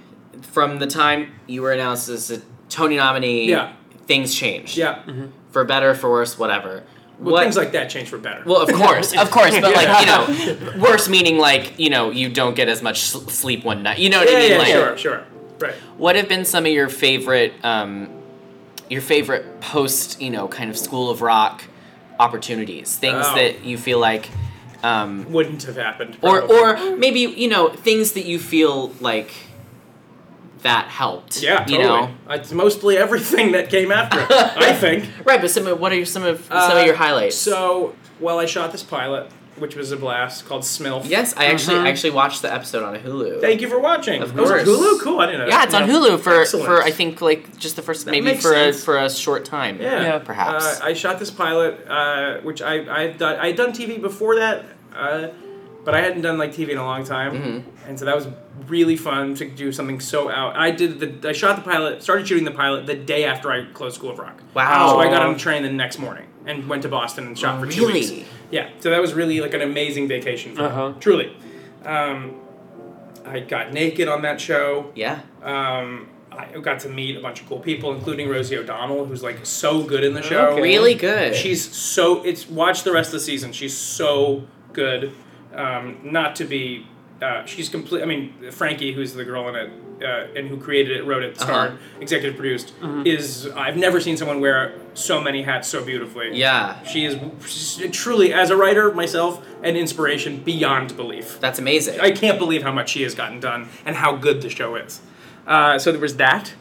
Speaker 4: from the time you were announced as a Tony nominee,
Speaker 2: Yeah.
Speaker 4: things changed.
Speaker 2: Yeah.
Speaker 4: For better, for worse, whatever.
Speaker 2: Well,
Speaker 4: Mm-hmm. what,
Speaker 2: things like that change for better.
Speaker 4: Well, of course, of course, but like you know, worse meaning like you know you don't get as much sl- sleep one night. You know what
Speaker 2: yeah,
Speaker 4: I mean?
Speaker 2: yeah,
Speaker 4: like,
Speaker 2: sure, sure, right.
Speaker 4: What have been some of your favorite, um, your favorite post you know kind of School of Rock opportunities? Things
Speaker 2: Oh.
Speaker 4: that you feel like, um,
Speaker 2: Wouldn't have happened.
Speaker 4: or
Speaker 2: probably.
Speaker 4: or maybe you know things that you feel like that helped.
Speaker 2: Yeah,
Speaker 4: you
Speaker 2: totally.
Speaker 4: know.
Speaker 2: It's mostly everything that came after it, I think.
Speaker 4: Right, but some of what are your, some of some of your highlights?
Speaker 2: Uh, So, well, I shot this pilot, which was a blast, called Smilf.
Speaker 4: Yes, I actually
Speaker 2: Mhm.
Speaker 4: actually watched the episode on Hulu.
Speaker 2: Thank you for watching.
Speaker 4: Of
Speaker 2: It was on
Speaker 4: course.
Speaker 2: Hulu? Cool, I didn't know
Speaker 4: Yeah,
Speaker 2: that.
Speaker 4: it's on
Speaker 2: Yeah.
Speaker 4: Hulu for
Speaker 2: Excellent.
Speaker 4: for I think like just the first
Speaker 2: That
Speaker 4: maybe
Speaker 2: makes
Speaker 4: for
Speaker 2: sense.
Speaker 4: a for a short time.
Speaker 2: Yeah,
Speaker 4: perhaps.
Speaker 2: Uh, I shot this pilot, uh, which I I've done I had done TV before that, uh, but I hadn't done like TV in a long time,
Speaker 4: Mhm.
Speaker 2: and so that was really fun to do something so out. I did the I shot the pilot, started shooting the pilot the day after I closed School of Rock.
Speaker 4: Wow.
Speaker 2: So I got on the train the next morning and went to Boston and shot for two
Speaker 4: Really?
Speaker 2: weeks. Yeah, so that was really like an amazing vacation for
Speaker 4: Uh-huh.
Speaker 2: me, truly. Um, I got naked on that show.
Speaker 4: Yeah.
Speaker 2: Um, I got to meet a bunch of cool people, including Rosie O'Donnell, who's like so good in the
Speaker 4: Okay.
Speaker 2: show.
Speaker 4: Really good.
Speaker 2: She's so. It's watch the rest of the season. She's so good. Um, not to be. Uh, she's complete. I mean, Frankie, who's the girl in it uh, and who created it, wrote it, starred,
Speaker 4: Uh-huh.
Speaker 2: executive produced,
Speaker 4: Mhm.
Speaker 2: is. I've never seen someone wear so many hats so beautifully.
Speaker 4: Yeah.
Speaker 2: She is she's truly, as a writer myself, an inspiration beyond belief.
Speaker 4: That's amazing.
Speaker 2: I can't believe how much she has gotten done and how good the show is. Uh, so there was that.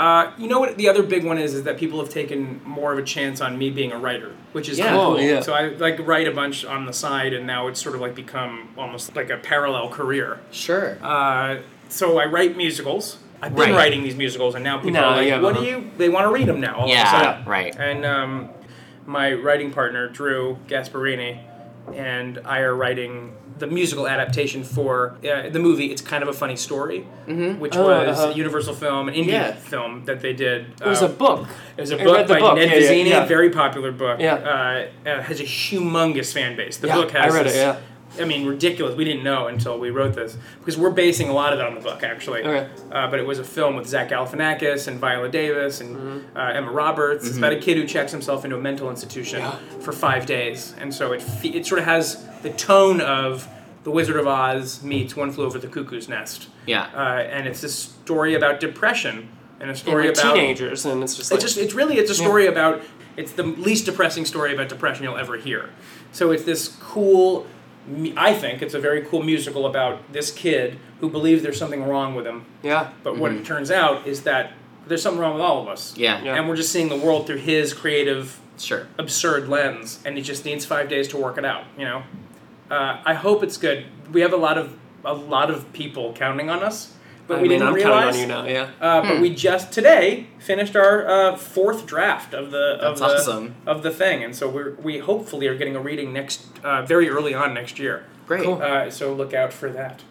Speaker 2: Uh, you know what? The other big one is is that people have taken more of a chance on me being a writer, which is
Speaker 4: Yeah.
Speaker 2: cool.
Speaker 4: Oh, yeah.
Speaker 2: So I like write a bunch on the side, and now it's sort of like become almost like a parallel career.
Speaker 4: Sure.
Speaker 2: Uh, so I write musicals. I've been
Speaker 4: Right.
Speaker 2: writing these musicals, and now people
Speaker 4: No,
Speaker 2: are like,
Speaker 4: yeah,
Speaker 2: "What
Speaker 4: uh-huh.
Speaker 2: do you?" They want to read them now. All
Speaker 4: Yeah,
Speaker 2: Of a sudden.
Speaker 4: right.
Speaker 2: And um, my writing partner Drew Gasparini and I are writing the musical adaptation for uh, the movie. It's kind of a funny story,
Speaker 3: Mhm.
Speaker 2: which
Speaker 3: Oh,
Speaker 2: was
Speaker 3: uh-huh.
Speaker 2: a Universal film, an indie
Speaker 3: Yeah.
Speaker 2: film that they did. uh,
Speaker 3: It was a book.
Speaker 2: It was a
Speaker 3: I
Speaker 2: book
Speaker 3: read the
Speaker 2: by
Speaker 3: book.
Speaker 2: Ned
Speaker 3: Yeah, yeah,
Speaker 2: Vizzini,
Speaker 3: yeah.
Speaker 2: very popular book.
Speaker 3: Yeah.
Speaker 2: Uh, uh, has a humongous fan base. The
Speaker 3: Yeah,
Speaker 2: book has.
Speaker 3: I read it,
Speaker 2: this-
Speaker 3: yeah.
Speaker 2: I mean, ridiculous. We didn't know until we wrote this because we're basing a lot of it on the book, actually.
Speaker 3: Okay.
Speaker 2: Uh, but it was a film with Zach Galifianakis and Viola Davis and
Speaker 3: Mm-hmm.
Speaker 2: uh, Emma Roberts. It's about a kid who checks himself into a mental institution for five days, and so it fe- it sort of has the tone of The Wizard of Oz meets One Flew Over the Cuckoo's Nest.
Speaker 4: Yeah.
Speaker 2: Uh, and it's a story about depression and a story
Speaker 3: like
Speaker 2: about
Speaker 3: teenagers, and it's just like-
Speaker 2: it's just it's really it's a
Speaker 3: Yeah.
Speaker 2: story about it's the least depressing story about depression you'll ever hear. So it's this cool. mu- I think it's a very cool musical about this kid who believes there's something wrong with him.
Speaker 3: Yeah.
Speaker 2: But what it
Speaker 3: Mhm.
Speaker 2: turns out is that there's something wrong with all of us.
Speaker 4: Yeah. Yeah.
Speaker 2: And we're just seeing the world through his creative,
Speaker 4: sure,
Speaker 2: Um, absurd lens, and he just needs five days to work it out. You know. Uh, I hope it's good. We have a lot of a lot of people counting on us, but
Speaker 3: I
Speaker 2: we
Speaker 3: mean,
Speaker 2: didn't
Speaker 3: I'm
Speaker 2: realize.
Speaker 3: counting on you now. Yeah.
Speaker 2: Uh, But we just today finished our uh, fourth draft of the of
Speaker 4: That's
Speaker 2: the,
Speaker 4: awesome.
Speaker 2: of the thing, and so we we hopefully are getting a reading next uh, very early on next year.
Speaker 4: Great. Cool.
Speaker 2: Uh, so look out for that.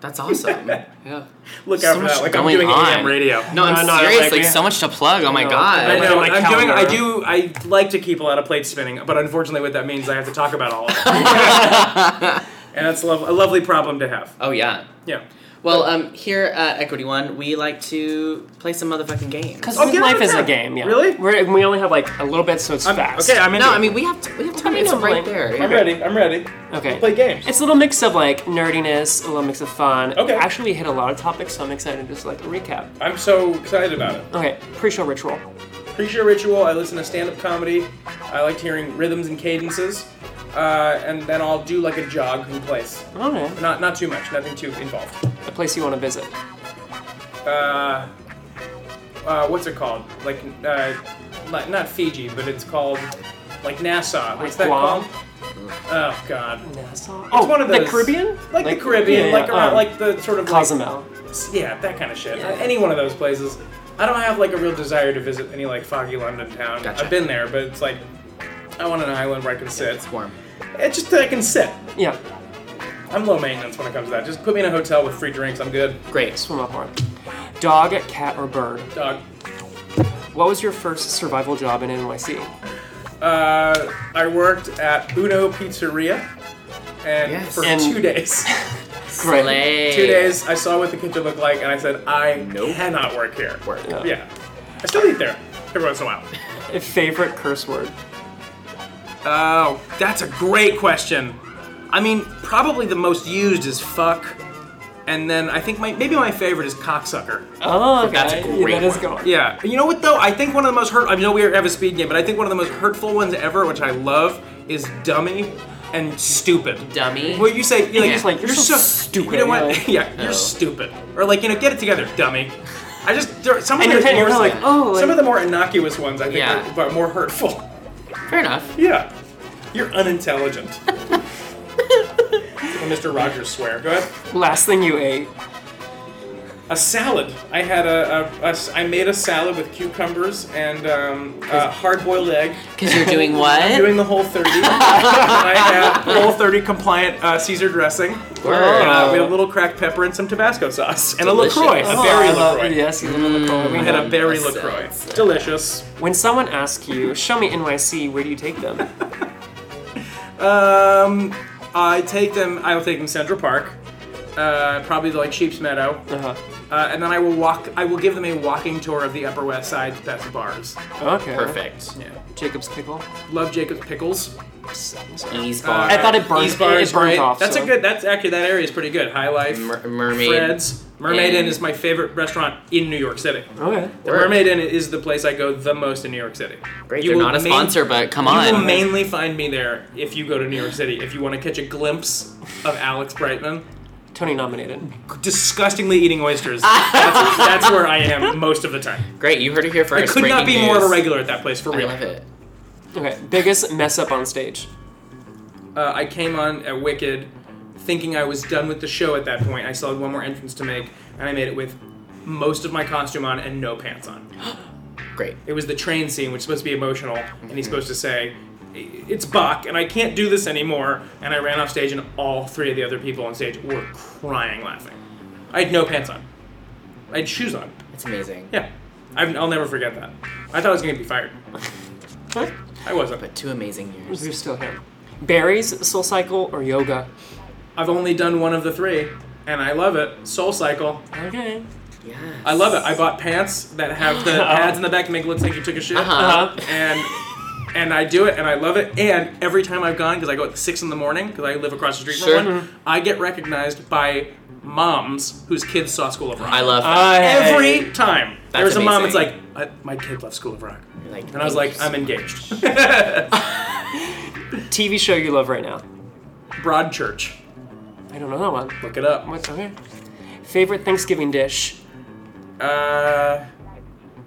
Speaker 4: that's awesome. yeah.
Speaker 2: Look
Speaker 4: so
Speaker 2: out for
Speaker 4: much
Speaker 2: that. Like I'm
Speaker 4: going
Speaker 2: doing
Speaker 4: on.
Speaker 2: AM radio.
Speaker 4: No, I'm
Speaker 2: no,
Speaker 4: serious.
Speaker 2: like,
Speaker 4: Like, so much to plug. Oh my god.
Speaker 2: I know. I'm doing. I do. I like to keep a lot of plates spinning, but unfortunately, what that means, I have to talk about all of them, and that's lov- a lovely problem to have.
Speaker 4: Oh yeah.
Speaker 2: Yeah.
Speaker 4: Well, um, here at Equity One, we like to play some motherfucking games.
Speaker 3: Because
Speaker 2: Oh,
Speaker 3: life is a game. Yeah. Really? We're, we only have like a little bit, so it's fast.
Speaker 4: no, I mean we have to, we have time. It's right there. yeah.
Speaker 2: I'm ready.
Speaker 3: Okay.
Speaker 2: play games.
Speaker 3: It's a little mix of like nerdiness, a little mix of fun.
Speaker 2: Okay.
Speaker 3: Actually, we hit a lot of topics, so I'm excited to just like recap.
Speaker 2: I'm so excited about it.
Speaker 3: Okay. Pre-show ritual.
Speaker 2: Pre-show ritual. I listen to stand-up comedy. I liked hearing rhythms and cadences, uh, and then I'll do like a jog in place.
Speaker 3: Okay.
Speaker 2: Not not too much. Nothing too involved.
Speaker 3: A place you want to visit.
Speaker 2: Uh, uh, what's it called? Like uh, not, not Fiji, but it's called like Nassau. What's that
Speaker 3: Guam?
Speaker 2: called? Oh God.
Speaker 3: Nassau.
Speaker 2: It's
Speaker 3: Oh,
Speaker 2: one of
Speaker 3: the
Speaker 2: those,
Speaker 3: Caribbean?
Speaker 2: Like,
Speaker 3: Like-
Speaker 2: the Caribbean,
Speaker 3: yeah,
Speaker 2: like
Speaker 3: yeah,
Speaker 2: around,
Speaker 3: um,
Speaker 2: like the sort of like-
Speaker 3: Cozumel.
Speaker 2: yeah, that kind of shit.
Speaker 3: Yeah.
Speaker 2: Any one of those places. I don't have like a real desire to visit any like foggy London town.
Speaker 3: Gotcha.
Speaker 2: I've been there, but it's like I want an island where I can sit. It's
Speaker 4: warm.
Speaker 2: It's just that I can sit.
Speaker 3: Yeah.
Speaker 2: I'm low maintenance when it comes to that. Just put me in a hotel with free drinks. I'm good.
Speaker 4: Great.
Speaker 3: Swim up one. Dog, cat, or bird?
Speaker 2: Dog.
Speaker 3: What was your first survival job in NYC?
Speaker 2: Uh, I worked at Uno Pizzeria, and
Speaker 3: Yes.
Speaker 2: for
Speaker 3: And-
Speaker 2: two days.
Speaker 3: Great. Slay.
Speaker 2: Two days. I saw what the kitchen looked like, and I said, I cannot work here. Work. Yeah. I still eat there every once in a while.
Speaker 3: Favorite curse word?
Speaker 2: Oh, that's a great question. I mean, probably the most used is fuck, and then I think my maybe my favorite is cocksucker.
Speaker 3: Oh, okay. That's a Yeah, great that is one. good.
Speaker 2: Yeah. You know what though? I think one of the most hurt. I know we have a speed game, but I think one of the most hurtful ones ever, which I love, is dummy. and stupid.
Speaker 4: Dummy.
Speaker 2: Well, you say you're like,
Speaker 8: Yeah. Oh.
Speaker 2: it's like you're,
Speaker 8: You're so
Speaker 2: so,
Speaker 8: stupid,
Speaker 2: You know what?
Speaker 8: yeah.
Speaker 2: yeah, you're stupid. Or like you know, get it together, dummy. I just there, some of
Speaker 8: And
Speaker 2: the
Speaker 8: you're kind of
Speaker 2: more
Speaker 8: like, oh,
Speaker 2: some
Speaker 8: like-
Speaker 2: of the more innocuous ones I think
Speaker 4: Yeah.
Speaker 2: are, are more hurtful.
Speaker 4: Fair enough.
Speaker 2: Yeah, you're unintelligent. When Mr. Rogers swear. Go ahead.
Speaker 8: Last thing you ate.
Speaker 2: A salad. I had a, a- a s- I made a salad with cucumbers and um, uh, hard-boiled egg.
Speaker 4: 'Cause you're doing what?
Speaker 2: I'm doing the whole 30. I have whole 30 compliant uh, Caesar dressing.
Speaker 4: Word.
Speaker 2: Uh, we had a little cracked pepper and some Tabasco sauce and
Speaker 8: Delicious.
Speaker 2: a Lacroix, a
Speaker 8: Oh,
Speaker 2: berry
Speaker 8: I love-
Speaker 2: Lacroix.
Speaker 8: yes, you love LaCroix.
Speaker 2: We had a berry
Speaker 8: Yes.
Speaker 2: Lacroix. Delicious.
Speaker 8: When someone asks you, show me NYC, where do you take them?
Speaker 2: Um, I take them. I will take them Central Park, uh, probably to like Sheep's Meadow, uh-huh. and then I will walk. I will give them a walking tour of the Upper West Side's best bars.
Speaker 8: Okay.
Speaker 4: Perfect.
Speaker 2: Yeah.
Speaker 8: Jacob's Pickle.
Speaker 2: Love Jacob's Pickles.
Speaker 4: Ease
Speaker 2: Uh,
Speaker 4: bar.
Speaker 8: I thought it burned-
Speaker 2: East Bar
Speaker 8: it- it
Speaker 2: is
Speaker 8: burned
Speaker 2: great.
Speaker 8: off,
Speaker 2: That's
Speaker 8: so.
Speaker 2: a good. That's actually that area is pretty good. High Life,
Speaker 4: Mer- Mermaid
Speaker 2: Fred's. Mermaid Inn
Speaker 4: Inn.
Speaker 2: is my favorite restaurant in New York City.
Speaker 8: Okay.
Speaker 2: The
Speaker 4: Word.
Speaker 2: Mermaid Inn is the place I go the most in New York City.
Speaker 4: Great,
Speaker 2: You
Speaker 4: they're
Speaker 2: will
Speaker 4: not a
Speaker 2: main-
Speaker 4: sponsor, but come
Speaker 2: You will
Speaker 4: on.
Speaker 2: mainly find me there if you go to New York City. If you want to catch a glimpse of Alex Brightman,
Speaker 8: Tony nominated.
Speaker 2: disgustingly eating oysters. that's, that's where I am most of the time.
Speaker 4: Great, you heard it here
Speaker 2: I
Speaker 4: first.
Speaker 2: could not be
Speaker 4: Breaking
Speaker 2: more of a
Speaker 4: news.
Speaker 2: regular at that place for
Speaker 4: I
Speaker 2: real.
Speaker 4: love it.
Speaker 8: Okay. Biggest mess up on stage.
Speaker 2: uh, I came on at Wicked thinking I was done with the show at that point. I still had one more entrance to make, and I made it with most of my costume on and no pants on.
Speaker 4: Great.
Speaker 2: It was the train scene, which is supposed to be emotional, and he's supposed to say, "I- It's Bach, and I can't do this anymore. And I ran off stage, and all three of the other people on stage were crying laughing. I had no pants on, I had shoes on.
Speaker 4: It's amazing.
Speaker 2: Yeah, I've, I'll never forget that. I thought I was going to be fired. I wasn't.
Speaker 4: But two amazing years.
Speaker 2: Mm-hmm.
Speaker 8: We're still here. Berries, Soul Cycle, or yoga?
Speaker 2: I've only done one of the three, and I love it. Soul Cycle.
Speaker 8: Okay.
Speaker 4: Yeah.
Speaker 2: I love it. I bought pants that have the pads in the back to make it look like you took a shit.
Speaker 4: Oh.
Speaker 8: Uh,
Speaker 4: Uh-huh.
Speaker 2: And and I do it, and I love it. And every time I've gone, because I go at six in the morning, because I live across the street
Speaker 4: Sure.
Speaker 2: from one, I get recognized by moms whose kids saw School of Rock.
Speaker 4: I love that.
Speaker 8: I
Speaker 2: every time.
Speaker 4: That's
Speaker 2: There's a mom. It's
Speaker 4: amazing.
Speaker 2: like I, my kid left School of Rock,
Speaker 4: Like,
Speaker 2: and I was like, I'm engaged.
Speaker 8: TV show you love right now?
Speaker 2: Broadchurch.
Speaker 8: I don't know that one.
Speaker 2: Look it up.
Speaker 8: What? Okay. Favorite Thanksgiving dish?
Speaker 2: Uh,